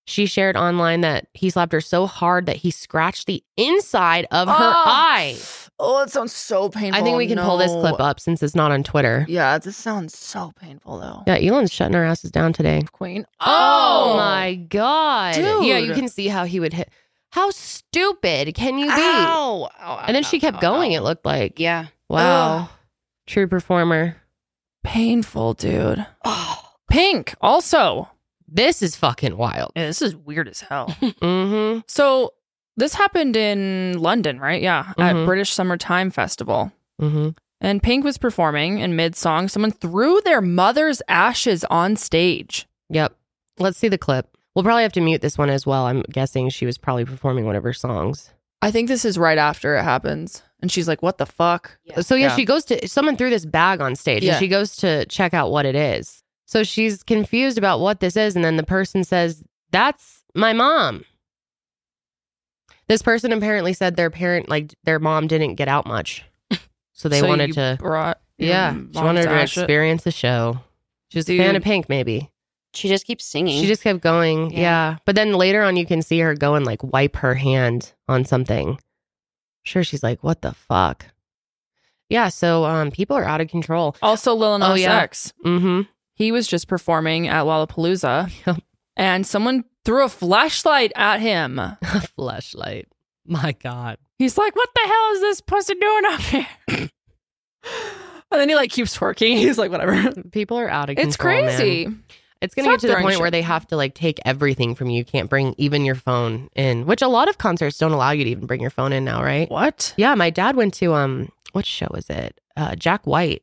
She shared online that he slapped her so hard that he scratched the inside of her
Oh.
eye.
Oh, it sounds so painful.
I think we can pull this clip up since it's not on Twitter.
Yeah, this sounds so painful though.
Yeah, Elon's shutting our asses down today.
Queen.
Oh, my God. Yeah, you
Dude.
can see how he would hit. How stupid can you be?
Ow. Ow,
Oh. And then
ow,
she kept
ow,
going,
ow.
it looked like.
Yeah.
Wow. True performer.
Painful, dude. Oh, pink. Also,
This is fucking wild.
Yeah, this is weird as hell.
Mm-hmm.
so this happened in London, right? Yeah,
Mhm.
at British Summertime Festival.
Mm-hmm.
And Pink was performing, and mid song, someone threw their mother's ashes on stage.
Yep. Let's see the clip. We'll probably have to mute this one as well. I'm guessing she was probably performing one of her songs.
I think this is right after it happens. And she's like, what the fuck?
Yeah.
So yeah,
Yeah.
she goes to someone threw this bag on stage
Yeah.
and she goes to check out what it is. So she's confused about what this is, and then the person says, That's my mom. This person apparently said their parent, like their mom didn't get out much. So they
So
wanted
you
to
Brought your
Yeah.
mom's
She wanted to
ashes.
Um, experience the show. She was a fan
Dude.
of pink, maybe.
She just keeps singing.
She just kept going. Yeah.
Yeah.
But then later on, you can see her go and like wipe her hand on something. Sure, she's like, what the fuck? Yeah. So um, people are out of control.
Also, Lil Nas
Oh, yeah.
X.
Mm
He was just performing at Lollapalooza,
Yep.
and someone threw a flashlight at him.
hmm. Flashlight. My God.
He's like, "What the hell is this pussy doing up here?" and then he like keeps twerking. He's like, "Whatever."
People are out of control.
It's
man.
crazy.
It's going to get
Stop
to the
throwing
point
shit.
where they have to like take everything from you. You can't bring even your phone in, which a lot of concerts don't allow you to even bring your phone in now, right?
What?
Yeah. My dad went to, um, what show was it? Uh, Jack White,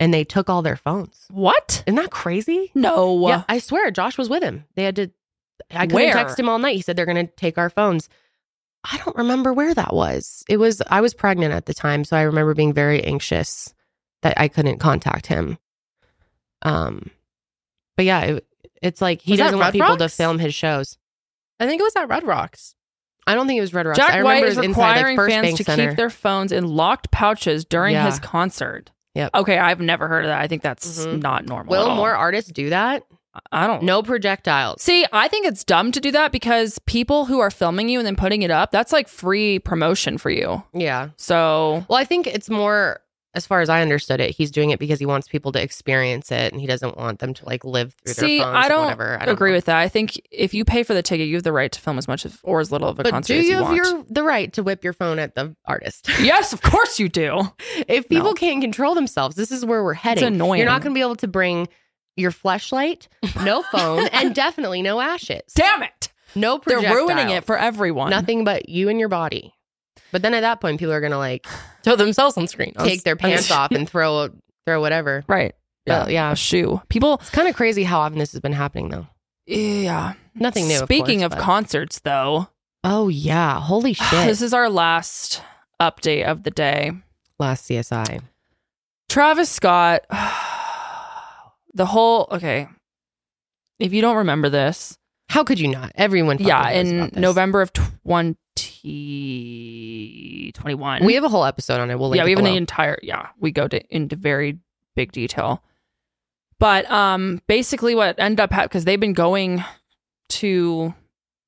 and they took all their phones.
What?
Isn't that crazy?
No.
Yeah, I swear, Josh was with him. They had to. I couldn't
Where?
text him all night. He said they're going to take our phones. I don't remember where that was. It was I was pregnant at the time, so I remember being very anxious that I couldn't contact him. Um, but yeah, it, it's like he
Was that
doesn't want
Red
people to
Rocks?
film his shows.
I think it was at Red Rocks.
I don't think it was Red Rocks. I
Jack
remember
White
it
is
was inside, like,
requiring
First
fans
Bank
to
Center.
keep their phones in locked pouches during
Yeah.
his concert.
Yep.
Okay, I've never heard of that. I think that's
Mhm.
not normal. at
Will
all.
more artists do that?
I don't
No projectiles.
See, I think it's dumb to do that because people who are filming you and then putting it up, that's like free promotion for you.
Yeah.
So,
Well, I think it's more as far as I understood it, he's doing it because he wants people to experience it and he doesn't want them to like live through
See,
their phones
I
and
don't
whatever. I
agree with that. I think if you pay for the ticket, you have the right to film as much of, or as little of a
But
concert
do
as
you
you
have
want.
your the right to whip your phone at the artist?
yes, of course you do.
if people
No.
can't control themselves, this is where we're heading.
annoying.
You're not going to be able to bring your flashlight, no phone, and definitely no ashes.
Damn it.
No
They're
projectile.
ruining it for everyone.
nothing but you and your body. But then at that point, people are going to like
Throw themselves on screen.
take their pants off and throw a- throw whatever.
Right.
Yeah.
A
yeah.
shoe. People.
It's kind of crazy how often this has been happening, though.
Yeah.
Nothing new.
Speaking
of,
of,
course, but-
concerts, though,
Oh yeah, holy
this
shit!
is our last update of the day.
Last CSI.
Travis Scott, the whole okay. If you don't remember this,
How could you not? Everyone. fucking
yeah,
knows
in
about this.
November of twenty twenty one,
we have a whole episode on it. We'll link
yeah, we
it
have
below.
an entire yeah. We go to, into very big detail, but um, basically what ended up happening because they've been going to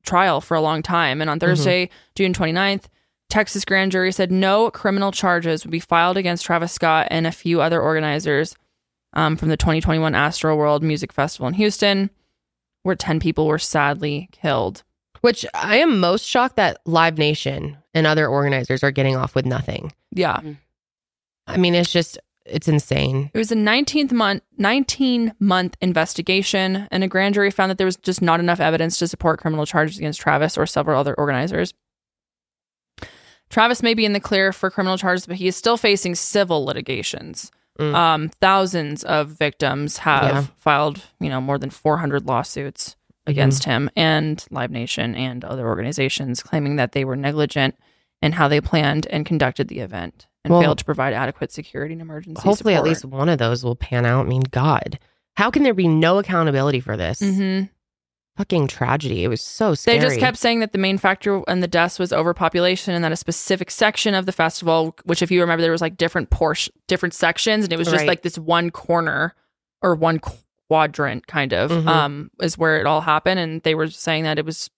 trial for a long time, and on Thursday, June 29th, Texas grand jury said no criminal charges would be filed against Travis Scott and a few other organizers um, from the 2021 Astro World Music Festival in Houston, where 10 people were sadly killed.
Which I am most shocked that Live Nation and other organizers are getting off with nothing.
Yeah.
I mean, it's just it's insane.
It was a 19th month 19 month investigation and a grand jury found that there was just not enough evidence to support criminal charges against Travis or several other organizers. Travis may be in the clear for criminal charges, but he is still facing civil litigations
Mm.
Um, thousands of victims have
Yeah.
filed, you know, more than 400 lawsuits against
Mm-hmm.
him and Live Nation and other organizations claiming that they were negligent in how they planned and conducted the event and
Well-
failed to provide adequate security and emergency
Hopefully, at
support.
least one of those will pan out. I mean, God, how can there be no accountability for this
Mhm.
fucking tragedy? It was so
They
scary.
just kept saying that the main factor in the deaths was overpopulation, and that a specific section of the festival, which if you remember, there was like different portion, different sections, and it was just
Right.
like this one corner or one quadrant, kind of,
Mhm.
um, is where it all happened. And they were saying that it was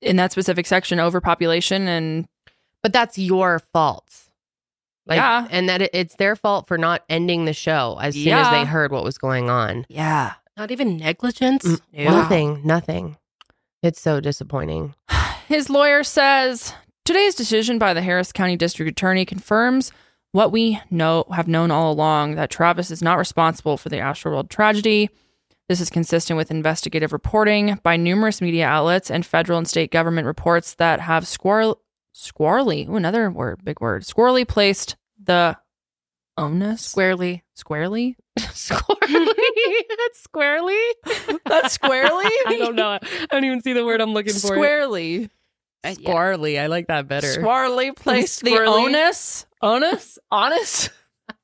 in that specific section overpopulation, and
but that's your fault. Like,
Yeah.
and that it, it's their fault for not ending the show as soon as
Yeah.
they heard what was going on.
yeah,
Not even negligence.
Mm.
Yeah.
Nothing, nothing. It's so disappointing.
His lawyer says today's decision by the Harris County District Attorney confirms what we know have known all along that Travis is not responsible for the Astroworld tragedy. This is consistent with investigative reporting by numerous media outlets and federal and state government reports that have squirrel squarely, ooh, another word, big word, squarely placed the onus
Squarely.
squarely.
squarely, squarely.
That's squarely.
I don't know. I don't even see the word I'm looking for.
Squarely.
Uh, yeah.
Squarely. I like that better.
Squarely placed the
Squarely.
onus. Onus? Honest?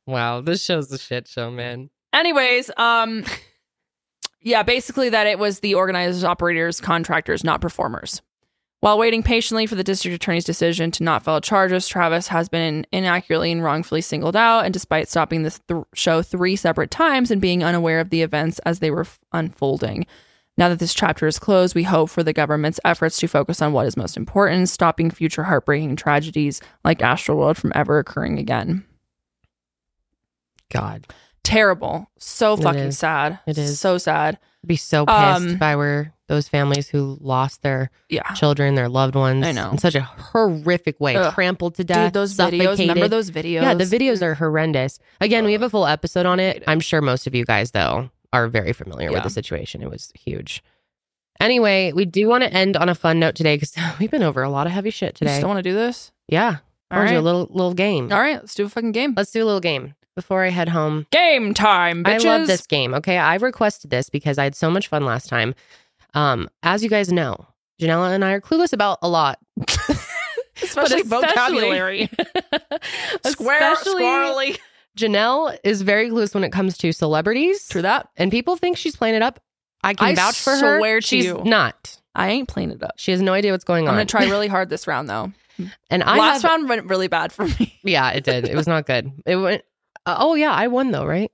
wow, this show's a shit show, man.
Anyways, um yeah, basically that it was the organizers, operators, contractors, not performers. While waiting patiently for the district attorney's decision to not file charges, Travis has been inaccurately and wrongfully singled out. And despite stopping the th- show three separate times and being unaware of the events as they were f- unfolding, now that this chapter is closed, we hope for the government's efforts to focus on what is most important, stopping future heartbreaking tragedies like Astroworld from ever occurring again
God,
terrible so
It
fucking
is.
sad
It is.
so sad
I'd be so pissed
Um,
if I were those families who lost their
yeah
children, their loved ones.
I know.
in such a horrific way,
Ugh.
trampled to death.
dude those videos remember
suffocated.
those videos
Yeah, the videos are horrendous. Again, we have a full episode on it. I'm sure most of you guys though are very familiar
Yeah.
with the situation. It was huge. Anyway, we do want to end on a fun note today because we've been over a lot of heavy shit
you
today.
still want to do this
yeah, I want to
all right
do a little little game.
all right let's do a fucking game
Let's do a little game before I head home.
game time bitches
I love this game. Okay. I requested this because I had so much fun last time. Um, as you guys know, Janella and I are clueless about a lot.
especially,
But
vocabulary square
Especially-
squarely
Janelle is very clueless when it comes to celebrities.
true that
And people think she's playing it up. I can
I
vouch for her.
swear to
she's
you.
not.
i ain't playing it up
She has no idea what's going on.
i'm gonna try really hard this round though
And I
last
have-
round went really bad for me
Yeah, it did. It was not good. It went. Uh, oh yeah, I won though, right?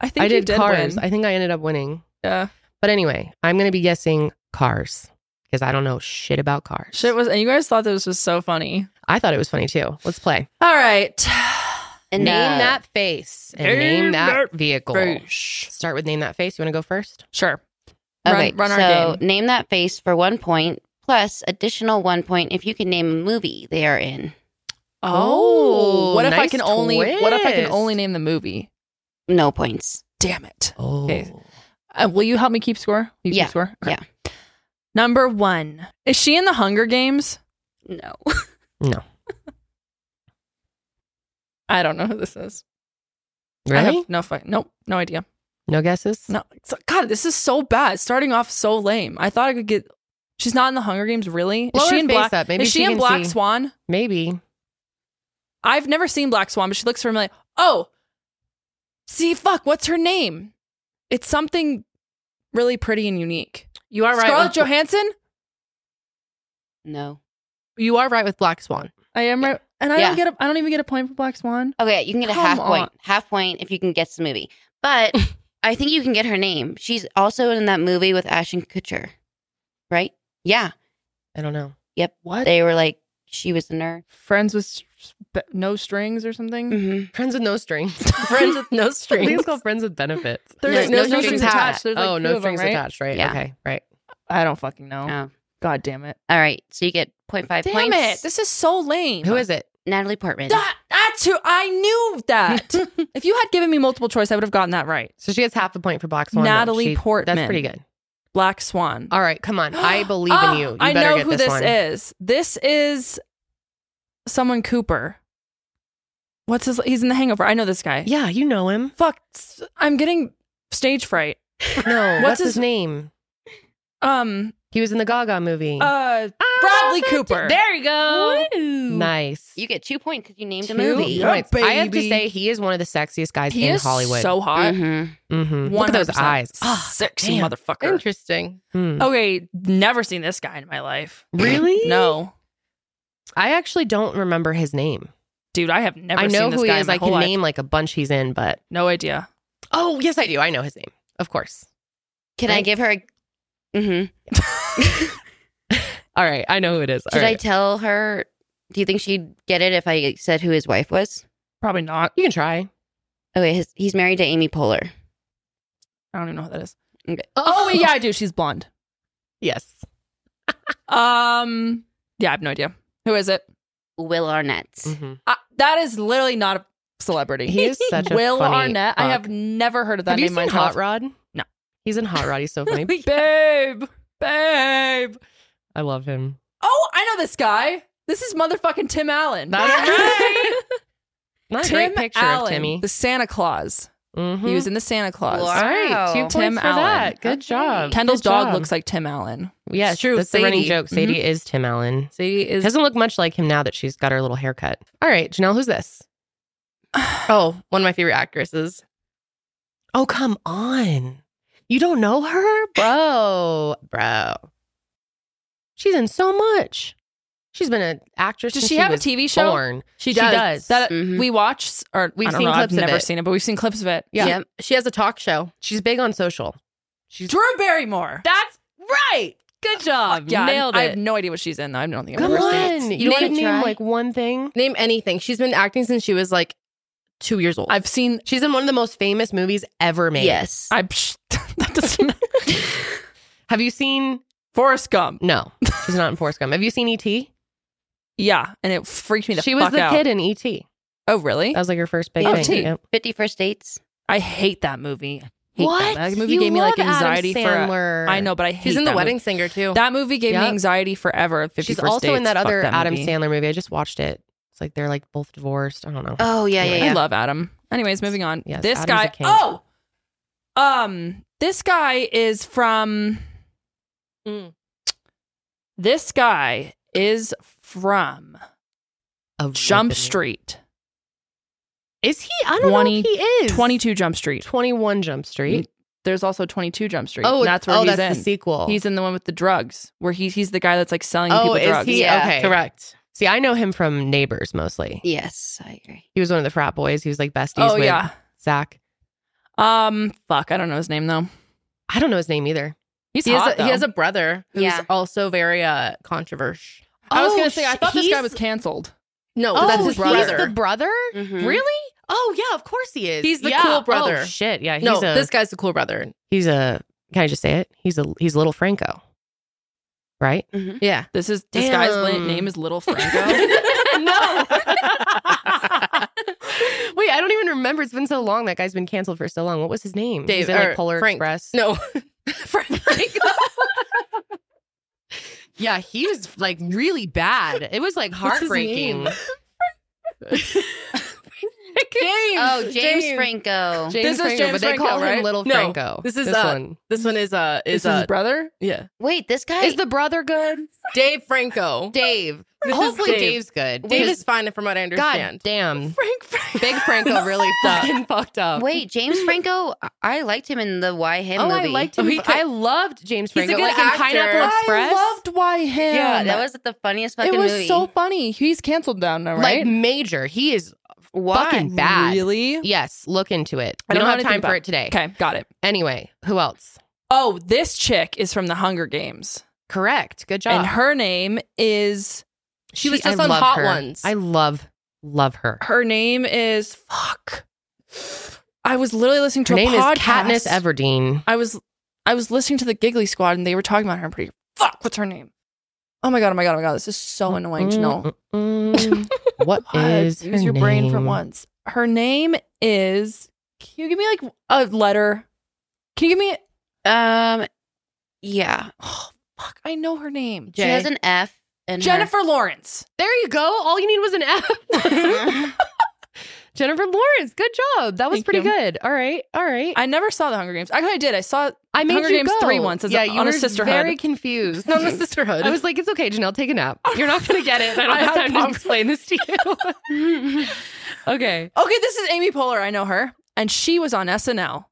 i think
I
you
did,
did
cars.
win.
I think I ended up winning.
yeah
But anyway, I'm gonna be guessing cars because I don't know shit about cars.
shit was and you guys thought this was so funny
I thought it was funny too. Let's play.
all right
And
name
uh,
that face and
Name
name, that,
that
vehicle.
Boosh.
Start with name that face. You want to go first?
sure Run-
Okay,
run our
so
game.
name that face for one point plus additional one point if you can name a movie they are in.
Oh,
what if I
nice
can only what if I can
twist.
only name the movie?
No points.
Damn it!
Oh,
Okay. Uh, will you help me keep score? You
Yeah.
keep score.
Yeah.
Number one is she in the Hunger Games?
No.
I don't know who this is. I
really?
have no fuck. Nope. No idea.
No guesses.
No. So- God, this is so bad. Starting off so lame. I thought I could get. She's not in the Hunger Games, really.
Blow
is she
her
in
face
Black?
up. Maybe
is she,
she
in
can
Black
see.
Swan?
Maybe.
I've never seen Black Swan, but she looks familiar. Oh, see, fuck, what's her name? It's something really pretty and unique.
You are right.
Scarlett
with-
Johansson.
No.
you are right with Black Swan.
I am right, and I
Yeah.
don't get a, I don't even get a point for Black Swan.
Okay, you can get a
Come
half
on.
point. Half point if you can guess the movie. But I think you can get her name. She's also in that movie with Ashton Kutcher. Right? Yeah.
I don't know.
What?
They were like she was a nerd.
Friends with sp- no strings or something.
Mhm.
Friends with no strings.
Friends with no strings.
Please call friends with benefits.
There's
No- no strings attached.
There's, like,
oh,
two
no
of them,
strings
right?
attached. Right.
Yeah.
Okay. Right.
I don't fucking know.
Oh.
God damn it!
All right. So you get 0.5
Damn
points.
it! This is so lame.
Who is it?
Natalie Portman.
That, that's who I knew that. if you had given me multiple choice, I would have gotten that right.
So she gets half a point for Black Swan. though.
Natalie
She-
Portman.
That's pretty good.
Black Swan.
All right. Come on. Ah, I believe
Oh,
in you. You
I
better
know
get
who
this,
this
one.
is. This is someone Cooper. What's his? He's in The Hangover. I know this guy.
Yeah, you know him.
Fuck. s- I'm getting stage fright.
No, what's
What's
his,
his-
name?
Um.
He was in the Gaga movie. Ah!
Uh. Bradley Cooper.
There you go.
nice.
You get two points because you named a
Two?
movie.
You know,
Yeah,
it's- I have to
baby.
say, he is one of the sexiest guys
He
in
is Mm-hmm.
Hollywood.
so hot.
Mhm.
Mhm. Look at those
100%.
eyes. Ah,
Sexy
damn.
motherfucker.
Interesting.
hmm.
Okay, never seen this guy in my life.
Really?
No,
I actually don't remember his name.
dude, I have never.
I know
seen this
who he
guy
is.
In my
I
whole
can
life.
name like a bunch he's in, but
No idea.
oh yes, I do. I know his name, of course.
Can I give her? a Mhm.
All right, I know who it is. All
Should I
right.
tell her? Do you think she'd get it if I said who his wife was?
Probably not.
you can try.
Okay, his, he's married to Amy Poehler.
I don't even know who that is.
Okay.
Oh wait, yeah, I do. She's blonde.
Yes.
Um. Yeah, I have no idea. Who is it?
Will Arnett.
Mhm.
Uh, that is literally not a celebrity.
He is such a
Will
funny
Arnett. I
fuck.
have never heard of that
Have
name.
you
my
seen
entire
Hot Rod?
No.
He's in Hot Rod. He's so funny.
life. babe, babe.
I love him.
Oh, I know this guy. This is motherfucking Tim Allen.
That's right. Not a
Tim
great picture
Allen,
of Timmy.
the Santa Claus.
Mhm.
He was in the Santa Claus.
Wow.
All right, two
Wow.
points
Tim
for
Allen.
that. Good
Okay.
job.
Kendall's
Good
dog
job.
looks like Tim Allen.
Yes,
It's true.
That's the running
Sadie.
joke. Mm-hmm. Sadie is Tim Allen.
Sadie is.
Doesn't look much like him now that she's got her little haircut. All right, Janelle, who's this?
oh, one of my favorite actresses.
Oh, come on. You don't know her? Bro, bro. She's in so much. She's been an actress.
Does
since
she have a
was
TV show?
born.
She
does. Mm-hmm.
That
Mhm.
we watch or
We've
I don't
seen
know,
clips
I've
of
never
it.
seen it, but we've seen clips of it.
Yeah.
Yep.
She has a talk show.
She's big on social. She's
Drew Barrymore.
That's right. Good job.
yeah,
Nailed
I,
it.
I have no idea what she's in. though. I don't think I've
Come
ever seen it.
on.
it.
You
You
want to
wanna
name
try?
like one thing?
Name anything. She's been acting since she was like two years old.
I've seen.
She's in one of the most famous movies ever made.
Yes.
I psh, that doesn't.
Have you seen
Forrest Gump.
No, she's not in Forrest Gump. Have you seen E.T.?
Yeah, and it freaked me the
She
fuck
was the
out.
kid in Uh, E.T.
Oh really?
That was like her first big
Oh,
thing.
T.
Yep.
Fifty First Dates.
I hate that movie. I Hate
What?
That. that movie
You
gave me like
love Adam
anxiety for. uh,
Sandler.
I know, but I hate.
She's in the
that
wedding
movie.
singer too.
That movie gave me
Yep.
anxiety forever. 50
She's
First
also in
Dates.
that
Fuck
other
that
Adam
movie.
Sandler movie. I just watched it. It's like they're like both divorced. I don't
Uh,
know.
Oh yeah, yeah,
Anyway,
yeah.
I love Adam. Anyways, moving on.
Yes,
this
Adam's a
guy.
king.
Oh, um, this guy is from.
Mm.
This guy is from
A
Jump
ripping-
Street,
Is he? I don't know
20
if he is.
twenty-two Jump Street.
21 Jump Street.
There's also twenty-two Jump Street.
Oh,
and that's where
oh,
Mm, he's
that's the
in.
sequel.
He's in the one with the drugs, where he he's the guy that's like selling
oh,
people
is
drugs.
he?
Yeah,
okay.
Correct.
See, I know him from Neighbors mostly.
Yes, I agree.
He was one of the frat boys. He was like besties
oh
with
yeah.
Zach.
Um, fuck, I don't know his name though.
I don't know his name either.
He's
he
hot
has a, he
though.
has a brother who's
Yeah.
also very uh controversial.
I was
Oh,
gonna say I thought this guy
he's-
was canceled.
No,
Oh,
that's his
he's
brother.
the brother?
Mhm.
Really? Oh yeah, of course he is.
Mm-hmm. He's the
Yeah.
cool brother.
Oh, shit, yeah. He's
no,
a,
this guy's the cool brother.
he's a. Can I just say it? He's a he's little Franco, right?
Yeah.
This is this guy's la-
Damn.
name is Little Franco.
no. Wait, I don't even remember. It's been so long. That guy's been canceled for so long. What was his name?
Dave-
He's in like
or
Polar
Frank.
Express.
No. Frank.
Yeah, he was like really bad. It was like
What's his
heartbreaking.
name? James.
Oh, James, Franco.
James
This is James
but they call
Franco,
him
right?
Little
No,
Franco.
this is,
this
uh,
one.
This one is uh
is
is
his
uh
brother?
yeah.
Wait, this guy
Is the brother good?
Dave Franco.
Dave.
This is
Hopefully,
Dave.
Dave's good.
Dave
Dave
is fine from what I
God
understand.
damn.
Frank Frank.
Big Franco really fucking fucked up.
Wait, James Franco. I- I liked him in the Why Him
oh,
movie.
I liked
Oh,
him.
he could-
I loved James
He's a
Franco.
good
like
actor.
in Pineapple
I
Express.
why him.
Yeah, that was the funniest fucking
it was
movie.
so funny. He's canceled now, now
like
right?
major. He is fucking bad.
Really?
Yes, look into it.
I
We
don't
don't,
know
have
anything
time for
about-
it today.
Okay, got it.
Anyway, who else?
Oh, this chick is from the Hunger Games.
Correct. Good job.
And her name is
She was
I
just on
love
Hot
her.
Ones.
I love, love her.
her name is fuck. I was literally listening to
Her
a
name is
podcast.
Katniss Everdeen.
I was I was listening to the Giggly Squad and they were talking about her. I'm pretty fuck. What's her name? Oh my god! Oh my god! Oh my god! This is so annoying to know.
Mm-mm. what
God,
is
use
her
your brain for
name?
once? Her name is. Can you give me like a letter? Can you give me?
Um, yeah,
Oh fuck! I know her name.
she has an F. And
Jennifer Lawrence.
There you go. All you need was an F. Jennifer Lawrence, good job. That was
Thank
pretty
you.
good. All right. All right.
I never saw the Hunger Games. I kind of did. I saw
I made
Hunger
you
Games
go.
3 once as a-
yeah, you
on
were
a sisterhood.
very confused.
on the sisterhood.
I was like, it's okay, Janelle, take a nap. You're not going to get it. I don't
I
have
had
time to
problems.
explain this to you. okay.
Okay, this is Amy Poehler. I know her, and she was on SNL.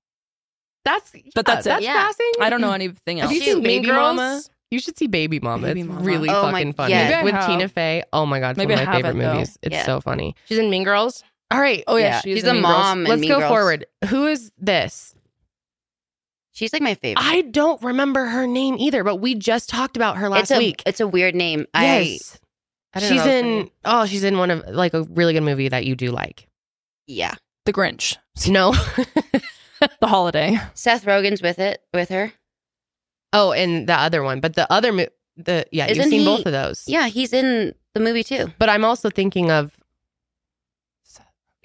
That's, uh,
But that's it.
That's
Yeah.
passing.
I don't know anything
Have
else.
you
Shoot,
seen
Mean
Baby
Girls?
Mama? You should see Baby Mama.
Baby
it's
Mama.
really
Oh my-
fucking funny.
yes. Maybe
I
With
have.
Tina Fey. Oh my God. It's
Maybe
one
I
of my favorite
haven't, though.
movies. It's
Yeah.
so funny.
She's in Mean Girls.
All right.
oh yeah,
Yeah.
she's
She's a mom. in
Let's
Mean
go
Girls.
forward. Who is this?
She's like my favorite.
I don't remember her name either, but we just talked about her last
it's a,
week.
It's a weird name.
yes.
I, I don't
she's
know.
in oh, she's in one of like a really good movie that you do like.
Yeah.
the Grinch,
No.
the holiday.
Seth Rogen's with it with her.
oh, and the other one. But the other mo- the yeah, you've
Isn't
seen
he-
both of those.
Yeah, he's in the movie too.
But I'm also thinking of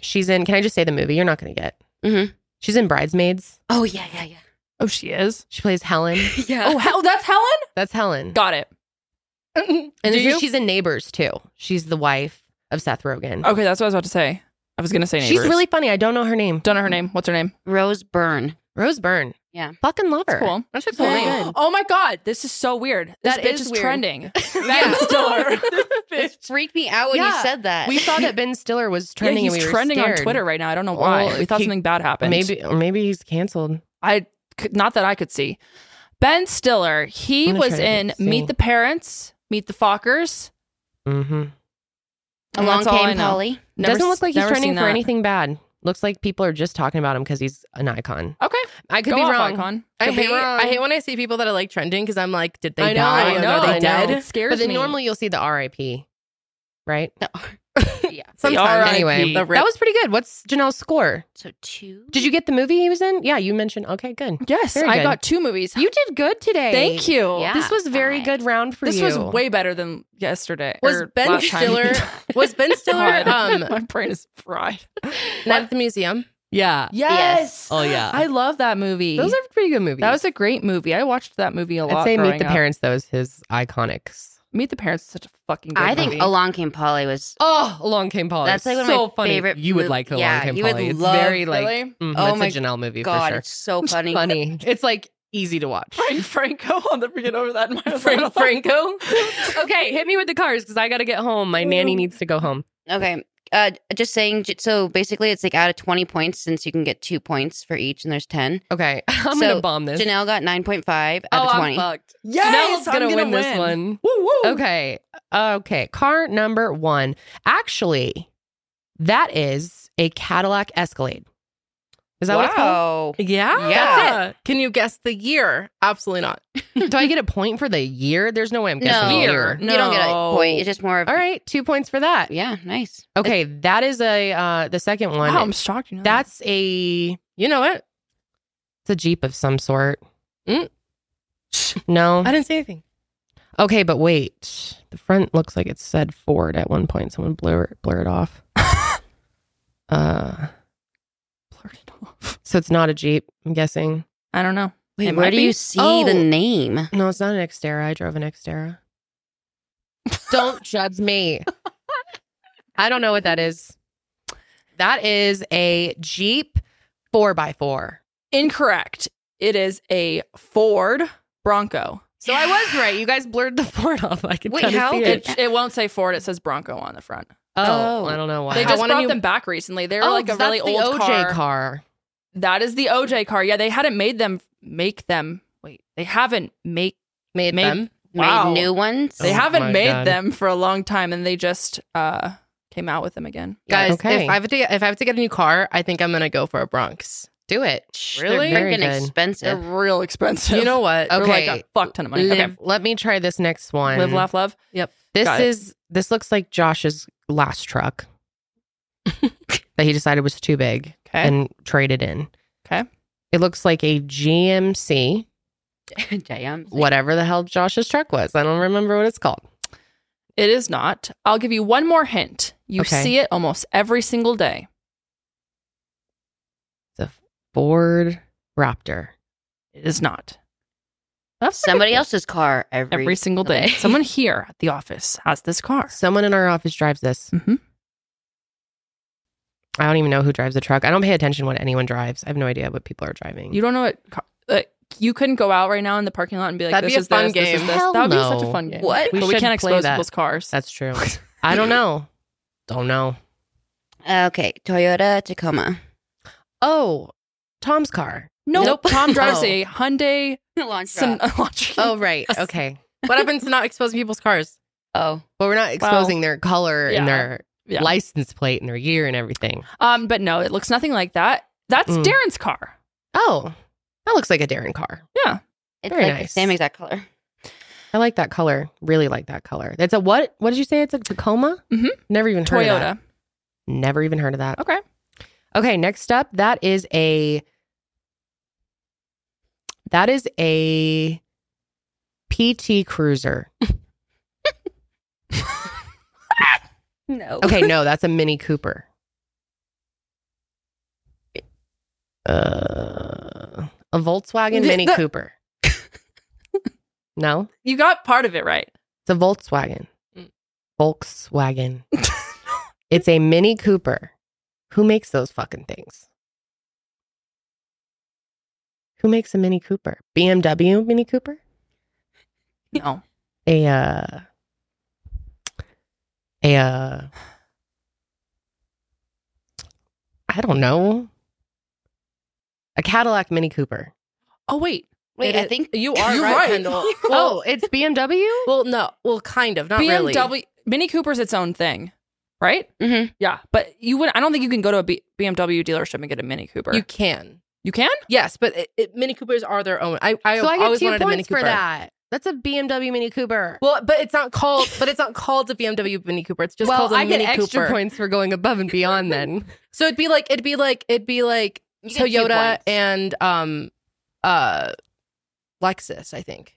she's in can I just say the movie? You're not gonna get.
Mhm.
She's in Bridesmaids.
Oh yeah, yeah, yeah.
Oh, she is.
She plays Helen.
yeah.
Oh, hell, that's Helen.
That's Helen.
Got it.
and
do
then
you?
she's in Neighbors too. She's the wife of Seth Rogen.
Okay, that's what I was about to say. I was gonna say Oh, neighbors.
She's really funny. I don't know her name.
don't know her name. What's her name?
Rose Byrne.
Rose Byrne.
Yeah.
Fucking love her.
It's cool.
That's a cool
Yeah.
name.
Oh my god, this is so weird. This
That
bitch
is
is,
weird.
trending.
Yeah.
That is still her.
It freaked me out when
Yeah.
you said that.
We saw that Ben Stiller was trending
yeah,
and
he's
we were
trending on
scared.
Twitter right now. I don't know why.
Oh,
we thought
he-
something bad happened.
Maybe or maybe he's canceled.
I could, not that I could see. Ben Stiller, he
I'm gonna
was
try to
in
see.
Meet the Parents, Meet the Fockers.
Mm-hmm.
and
Along
that's all I
came
know.
Polly.
Never
Doesn't
s-
look like he's
never
trending
seen
for
that.
anything bad. Looks like people are just talking about him because he's an icon.
Okay,
I could
go
be
off,
wrong.
Icon.
I
Could be
hate,
wrong.
I hate when I see people that are like trending because I'm like, did they
I know,
die?
I
Are
know,
they
I know.
dead?
It scares
But then
me.
normally you'll see the RIP, right?
yeah.
RIP.
Anyway,
The
that was pretty good. What's Janelle's score?
So two.
Did you get the movie he was in? Yeah, you mentioned. Okay, good.
yes,
Very
I
good.
got two movies.
You did good today.
Thank you.
Yeah.
This was very
Fine.
good round for
This
you.
was way better than yesterday.
Was
or
Ben
last time.
Stiller- Was Ben Stiller
God,
um
my brain is fried.
not at the museum?
Yeah.
Yes.
Oh yeah.
I love that movie.
Those are pretty good movies.
that was a great movie. I watched that movie a lot.
I'd say
growing
Meet the
up.
Parents though is his iconics.
Meet the Parents is such a fucking. Good
I think
movie.
Along Came Polly was.
Oh, Along Came Polly.
That's, like, one of
so
my
funny.
favorite
You would
mov-
like Along
Yeah,
Came
you would
Polly. It's
love-
very like
Really?
mhm,
Oh
it's
my
a Janelle movie
God,
for sure.
it's so funny.
funny. It's like easy to watch.
Frank Franco. I'll never get over that. In my
Frank
life.
Franco. okay, hit me with the cars because I got to get home. My nanny needs to go home.
Okay. Uh, just saying. j- So basically, it's like out of twenty points, since you can get two points for each, and there's ten.
Okay, I'm
So,
gonna bomb this.
Janelle got nine point five out
oh,
of
I'm
twenty.
fucked.
Yes,
Janelle's
I'm
gonna,
gonna
win this
win.
one.
Woo woo.
Okay, okay. Car number one. Actually, that is a Cadillac Escalade. Is that what it's called?
wow.
Yeah.
Yeah.
That's it. Can you guess the year? Absolutely not.
Do I get a point for the year? There's no way I'm guessing
No.
the
Year.
year.
You don't get a
No.
point. It's just more of.
All right, two points for that.
Yeah. Nice.
Okay, that is a uh the second one.
Wow, I'm shocked. You know that.
That's a
You know what?
it's a jeep of some sort.
Mm.
No.
I didn't say anything.
Okay, but wait. The front looks like it said Ford at one point. Someone blur it, blur it off. uh,
blurted off.
so it's not a Jeep, I'm guessing.
I don't know.
Wait,
It
where
might
do
be.
you see
Oh.
the name?
No, it's not an Xterra. I drove an Xterra. don't judge me. I don't know what that is. That is a Jeep 4x4.
Incorrect. It is a Ford Bronco.
So I was right. You guys blurred the Ford off. I can
Wait,
kind of
how
see
did-
it.
It, it won't say Ford. It says Bronco on the front.
Oh,
Oh.
I don't know why.
They
I
just
want a
brought
new-
them back recently. They were
Oh,
like a
that's
really
the
old
OJ car.
That is the OJ car. Yeah, they hadn't made them make them. Wait, they haven't make
Made
Maybe-
them.
Wow.
Made new ones.
they
Oh my
haven't made
God.
them for a long time, and they just uh came out with them again.
Guys,
Okay.
if I have to if I have to get a new car, I think I'm gonna go for a Bronx.
Do it.
They're
Really? Very
freaking
good.
They're
expensive.
real expensive.
You know what?
They're
Okay.
like a fuck ton of money.
Live-
Okay,
Let me try this next one.
live, laugh, love.
This
Got it.
is this looks like Josh's last truck that he decided was too big
Okay,
and traded in.
Okay.
It looks like a GMC,
JM.
whatever the hell Josh's truck was. I don't remember what it's called.
it is not. I'll give you one more hint. You
Okay.
see it almost every single day.
The Ford Raptor.
It is not
That's pretty
Somebody
good.
else's car every.
every, single day. Someone here at the office has this car.
Someone in our office drives this.
Mhm.
I don't even know who drives a truck. I don't pay attention what anyone drives. I have no idea what people are driving.
You don't know what. Car- like, you couldn't go out right now in the parking lot and be like,
That'd
"This
be a
is
fun
this, this is
game.
this."
Hell
that would
no.
be such a fun game.
What?
We
But we
should
can't
play
expose
that.
people's cars.
That's true. I don't know. Don't know.
Okay, Toyota Tacoma.
Oh, Tom's car.
nope.
Nope.
Tom drives
Oh.
a Hyundai.
Launch
Some,
Oh, right. Okay.
What happens to not exposing people's cars?
Oh,
But we're not exposing their color
yeah.
and their
Yeah.
license plate and their year and everything.
Um, but no, it looks nothing like that. That's
Mm.
Darren's car.
Oh, that looks like a Darren car.
it's
Very
like
nice.
the same exact color.
I like that color. Really like that color. That's a what? What did you say? It's a Tacoma?
Mhm.
Never even heard of that.
Toyota.
Never even heard of that.
Okay.
Okay, next up, that is a that is a PT Cruiser.
No.
Okay, no, that's a Mini Cooper. Uh, a Volkswagen
Th-
Mini
that-
Cooper. no,
You got part of it right.
it's a Volkswagen.
Mm.
Volkswagen. it's a Mini Cooper. Who makes those fucking things? Who makes a Mini Cooper? BMW Mini Cooper?
No.
a uh, a uh, I don't know a Cadillac Mini Cooper.
Oh wait.
Wait,
It
I
is-
think
you are
You're
right,
right.
Kendall.
Oh, it's BMW.
well, no, well, kind of, not really.
BMW Mini Cooper's its own thing, right?
Mhm.
Yeah, but you would. I don't think you can go to a B- BMW dealership and get a Mini Cooper.
You can,
you can.
yes, but it, it, Mini Coopers are their own. I, I
so I get
always
two
wanted a Mini
points
Cooper.
for that. That's a BMW Mini Cooper.
Well, but it's not called. But it's not called the BMW Mini Cooper. It's just called a
I
Mini
get extra
Cooper.
points for going above and beyond. Then
So it'd be like it'd be like it'd be like
You get two
Toyota
points.
and um uh Lexus, I think.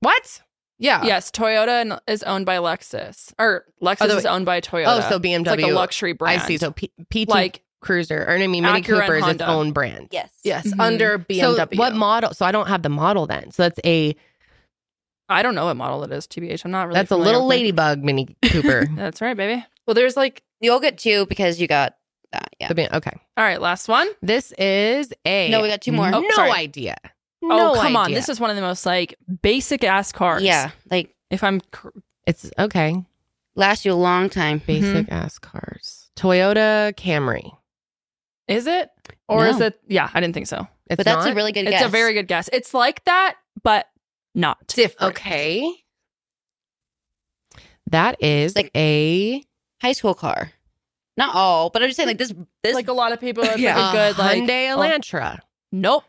what?
Yeah.
Yes, Toyota n- is owned by Lexus, or Lexus
the-
is owned by
Oh,
Toyota.
so BMW.
it's like a luxury brand.
I see. So P- PT
like
Cruiser, or I mean, Mini
Acura
Cooper
and
is its
Honda.
own brand.
yes.
Yes.
Mhm.
Under
Mm-hmm. uh, So
BMW.
what model? So I don't have the model then. So that's a
I don't know what model it is. Tbh, I'm not really.
that's a
familiar
little
with it.
ladybug Mini Cooper.
That's right, baby.
well, there's like
You'll get two because you got that. Yeah.
The ban- okay.
All right, last one.
This is a. Mm-hmm.
No, we got two more.
No
Oh, sorry.
idea.
oh
No
come on,
idea.
this is one of the most like basic ass cars.
Yeah, like
if I'm cor-
It's okay.
lasts you a long time.
Basic ass cars. Toyota Camry.
Is it? Or
No.
is it? Yeah, I didn't think so.
It's
but that's
not?
a really good
it's
guess.
a very good guess. It's like that, but not.
different.
okay. That is
Like-
a
high school car. Not all, but I'm just saying like this this
Like a lot of people,
Yeah.
yeah.
a
good like
Hyundai
oh,
Elantra.
Nope.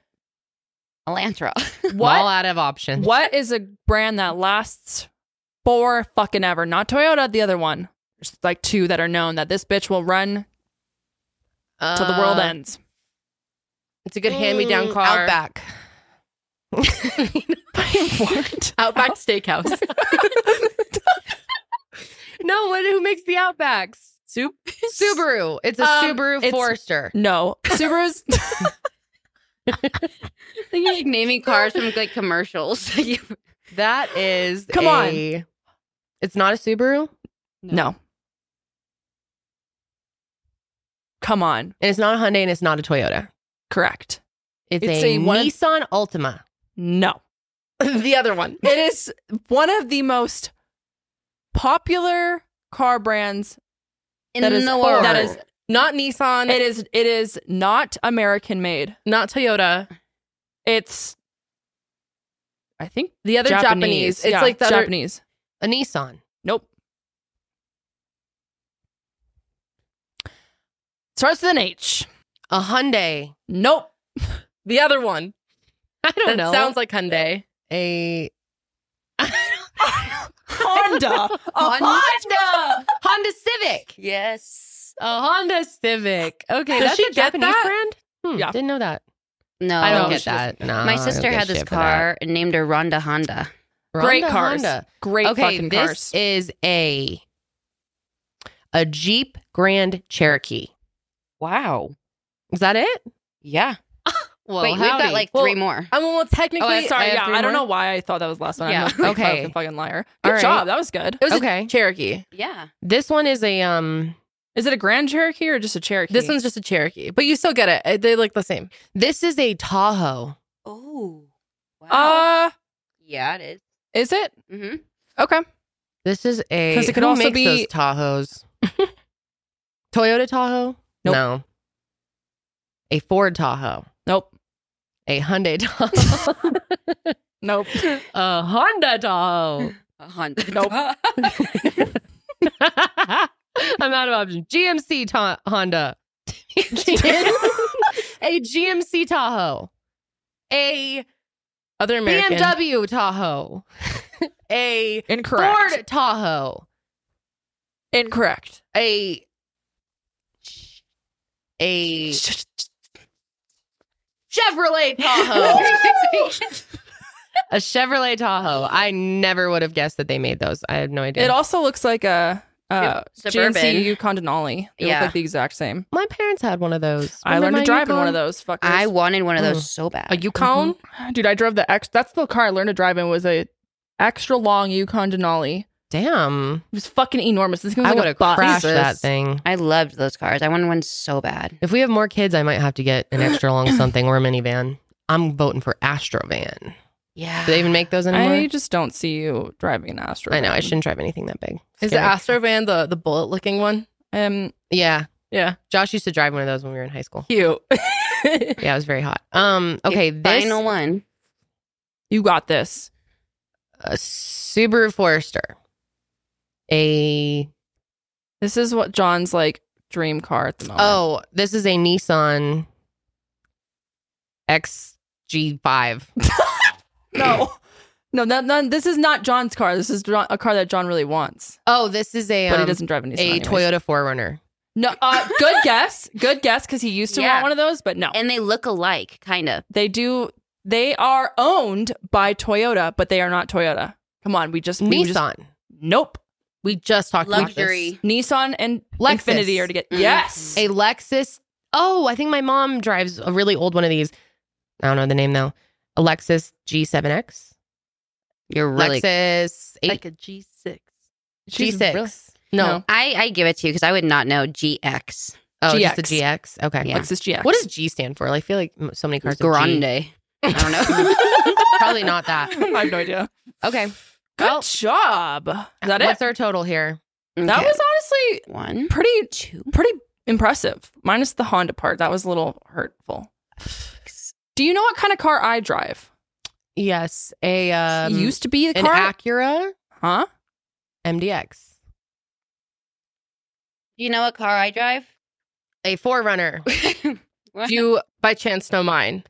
Elantra.
All
What?
out of options.
What is a brand that lasts for fucking ever? Not Toyota. The other one. There's like two that are known that this bitch will run
Uh,
till the world ends.
It's a good hand me down
mm,
car.
Outback.
what?
Outback Steakhouse.
no, what, who makes the Outbacks?
Soup.
Subaru. It's a
Um,
Subaru
it's-
Forester.
No, Subarus.
You're like naming cars from like commercials.
That is
Come
a, It's not a Subaru
no. Come on.
and it's not a Hyundai and it's not a Toyota.
Correct.
It's,
It's
a,
a one-
Nissan Altima.
No.
the other one.
It is one of the most popular car brands
In
That
the
is-
world.
that is-
Not Nissan.
It is it is not American made.
not Toyota.
It's I think
The other Japanese. It's
Yeah,
like the other-
Japanese.
A Nissan.
Nope. Starts with an H.
A Hyundai.
Nope.
the other one.
I don't
That
know.
sounds like Hyundai.
a
Honda. A Honda.
Honda Civic.
yes.
A Honda Civic. Okay,
Does
that's
she
a
get
Japanese
that?
brand. Hmm,
Yeah.
Didn't know that.
No.
I don't
no,
get
she
that. No, I
My
don't
sister
give a
had this
shit for that.
car and named her Rhonda Honda.
Great
Honda,
cars.
Honda.
Great
Okay,
fucking
this
cars.
is a a Jeep Grand Cherokee.
Wow.
Is that it?
Yeah.
Well,
Wait, we've got like three
Well, uh,
more.
I mean, well, technically,
Oh, I'm
I
sorry.
have
Yeah,
three
I don't
more?
know why I thought that was the last one.
Yeah.
I'm a
Okay.
fucking fucking liar.
All
Good
right.
job. That was good.
it was
okay.
a Cherokee.
Yeah.
This one is a um
Is it a Grand Cherokee or just a Cherokee?
This one's just a Cherokee, but you still get it. it. They look the same.
This is a Tahoe.
Oh, wow.
Uh,
yeah, it
is
is.
it?
Mm-hmm.
Okay.
This is a
'Cause it could
who
also
makes
be-
those Tahoes. Toyota Tahoe?
Nope.
No. A Ford Tahoe.
Nope.
A Hyundai Tahoe.
Nope.
a Honda Tahoe.
A Honda.
I'm out of options. GMC ta- Honda. a GMC Tahoe. A
Other American.
BMW Tahoe. a
Incorrect.
Ford Tahoe.
Incorrect.
A a Chevrolet Tahoe. a Chevrolet Tahoe. I never would have guessed that they made those. I have no idea.
It also looks like a uh,
Suburban.
GMC Yukon Denali. They
Yeah.
look like the exact same.
my parents had one of those.
I learned
Remember
to
my
drive in one of
Yukon?
those fuckers.
I wanted one of those
Mm.
so bad.
Uh,
A Yukon.
Mm-hmm.
Dude, I drove the ex. That's the car I learned to drive in was a extra long Yukon Denali. It
Damn.
was fucking enormous. This thing was
I
like
would
a
have
bus.
crashed that thing.
I loved those cars. I wanted one so bad.
If we have more kids, I might have to get an extra long something or a minivan. I'm voting for Astrovan.
Yeah.
Do they even make those anymore?
I
I,
just don't see you driving an Astro.
know. I
van.
shouldn't drive anything that big.
Is the
Scary.
Astrovan the the bullet looking one?
Um,
Yeah.
Yeah.
Josh used to drive one of those when we were in high school.
Cute.
Yeah, it was very hot. Um. Okay. This
Final one.
you got this.
a uh, Subaru Forester. A
This is what John's like dream car at the moment.
oh, this is a Nissan XG5.
no, no, no, no, this is not John's car. This is John, a car that John really wants,
Oh, this is a
but he
um,
doesn't drive any.
a Toyota 4Runner.
No, uh, good guess, good guess, because he used to
Yeah.
want one of those, but no,
And they look alike, kind of.
they do. They are owned by Toyota, but they are not Toyota. Come on, we just we just-
Nissan.
nope.
we just talked about this.
Luxury.
Nissan and
Lexus.
Infinity are to get
Mm.
yes.
a Lexus. Oh, I think my mom drives a really old one of these. I don't know the name though. A Lexus G7X.
You're really.
Lexus eight,
like a G six.
She's
G6.
really-
No.
No.
I, I give it to you because I would not know GX.
oh, just the
GX.
GX. Okay.
Yeah.
Lexus GX.
What does G stand for? I feel like m- so many cars. have G.
Grande. I don't know.
Probably not that.
I have no idea.
Okay.
Good
Well,
job. Is that
What's
it?
our total here?
That
Okay.
was honestly
one.
pretty
Two.
pretty impressive. Minus the Honda part. That was a little hurtful. Do you know what kind of car I drive?
Yes, a um,
used to be the
an
car.
Acura
huh?
MDX,
You know what car I drive?
a Forerunner.
What?
Do you by chance know mine?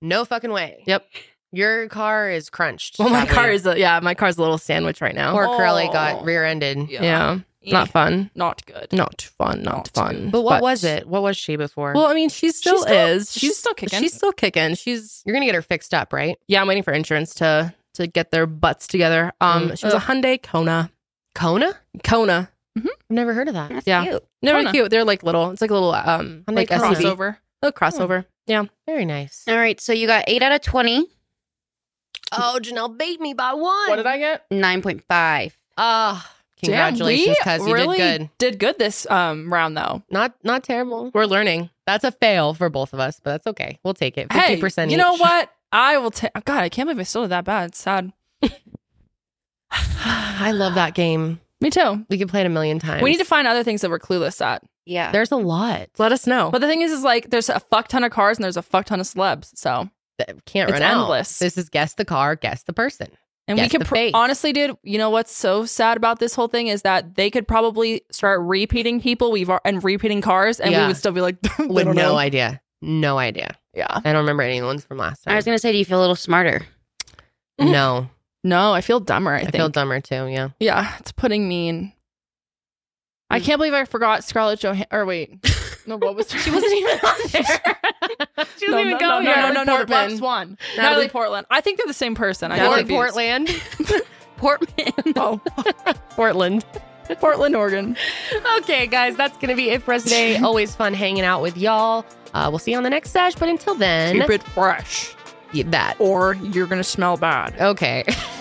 No fucking way.
Yep.
Your car is crunched.
Well, my
sadly.
car is a, yeah, my car's a little sandwich right now.
Poor Curly
Oh.
got rear-ended.
yeah. not fun.
Eh, Not good.
Not fun. Not,
Not
fun.
But what was it? What was she before?
Well, I mean, she still,
still-
is.
she's still kicking.
She's still kicking. She's
You're gonna get her fixed up, right?
yeah. I'm waiting for insurance to to get their butts together. Um,
Mm.
she was a Hyundai Kona.
Kona? I've
Kona.
never heard of that.
That's
Yeah.
cute.
They're really
Kona.
cute. They're like little. It's like a little um
Hyundai
like
Kona.
SUV.
Crossover.
Little crossover. Yeah.
Very nice.
All right. So you got eight out of 20,
Oh, Janelle beat me by one.
What did I get?
9.5.
Ah, congratulations,
Damn,
cuz
we
you
really
did good.
Did good this um, round though.
Not not terrible.
We're learning.
That's a fail for both of us, but that's okay. We'll take it.
Hey,
Fifty percent.
you know what? I will take. God, I can't believe I still did that bad. It's sad.
I love that game.
Me too.
We could play it a million times.
We need to find other things that we're clueless at.
Yeah.
There's a lot.
Let us know.
But the thing is, is like there's a fuck ton of cars and there's a fuck ton of celebs. So
that can't
It's
run out.
endless.
This is guess the car, guess the person.
and
Guess
we
the
could pr-
face.
honestly, dude. You know what's so sad about this whole thing is that they could probably start repeating people we've ar- and repeating cars, and we
Yeah.
would still be like, they
With no
don't know.
idea. No idea.
Mm. yeah,
I don't remember any of the ones from last
I
time.
was going to say, do you feel a little smarter?
no,
no, I feel dumber. I,
I,
think.
feel dumber too. Yeah.
yeah, it's putting me in. I can't believe I forgot Scarlett Johansson. Or wait, no, what was she wasn't even on
she
no, no, no, no, no, no, no,
Portman.
Black Swan. Natalie,
Natalie-
Portland. I think they're the same person. I
Natalie
get confused.
Portland.
Portman.
Oh,
Portland.
Portland, Oregon.
Okay, guys, that's going to be it for us today. Always fun hanging out with y'all. Uh, we'll see you on the next sesh, but until then,
Keep it fresh,
that.
or you're gonna smell bad.
Okay.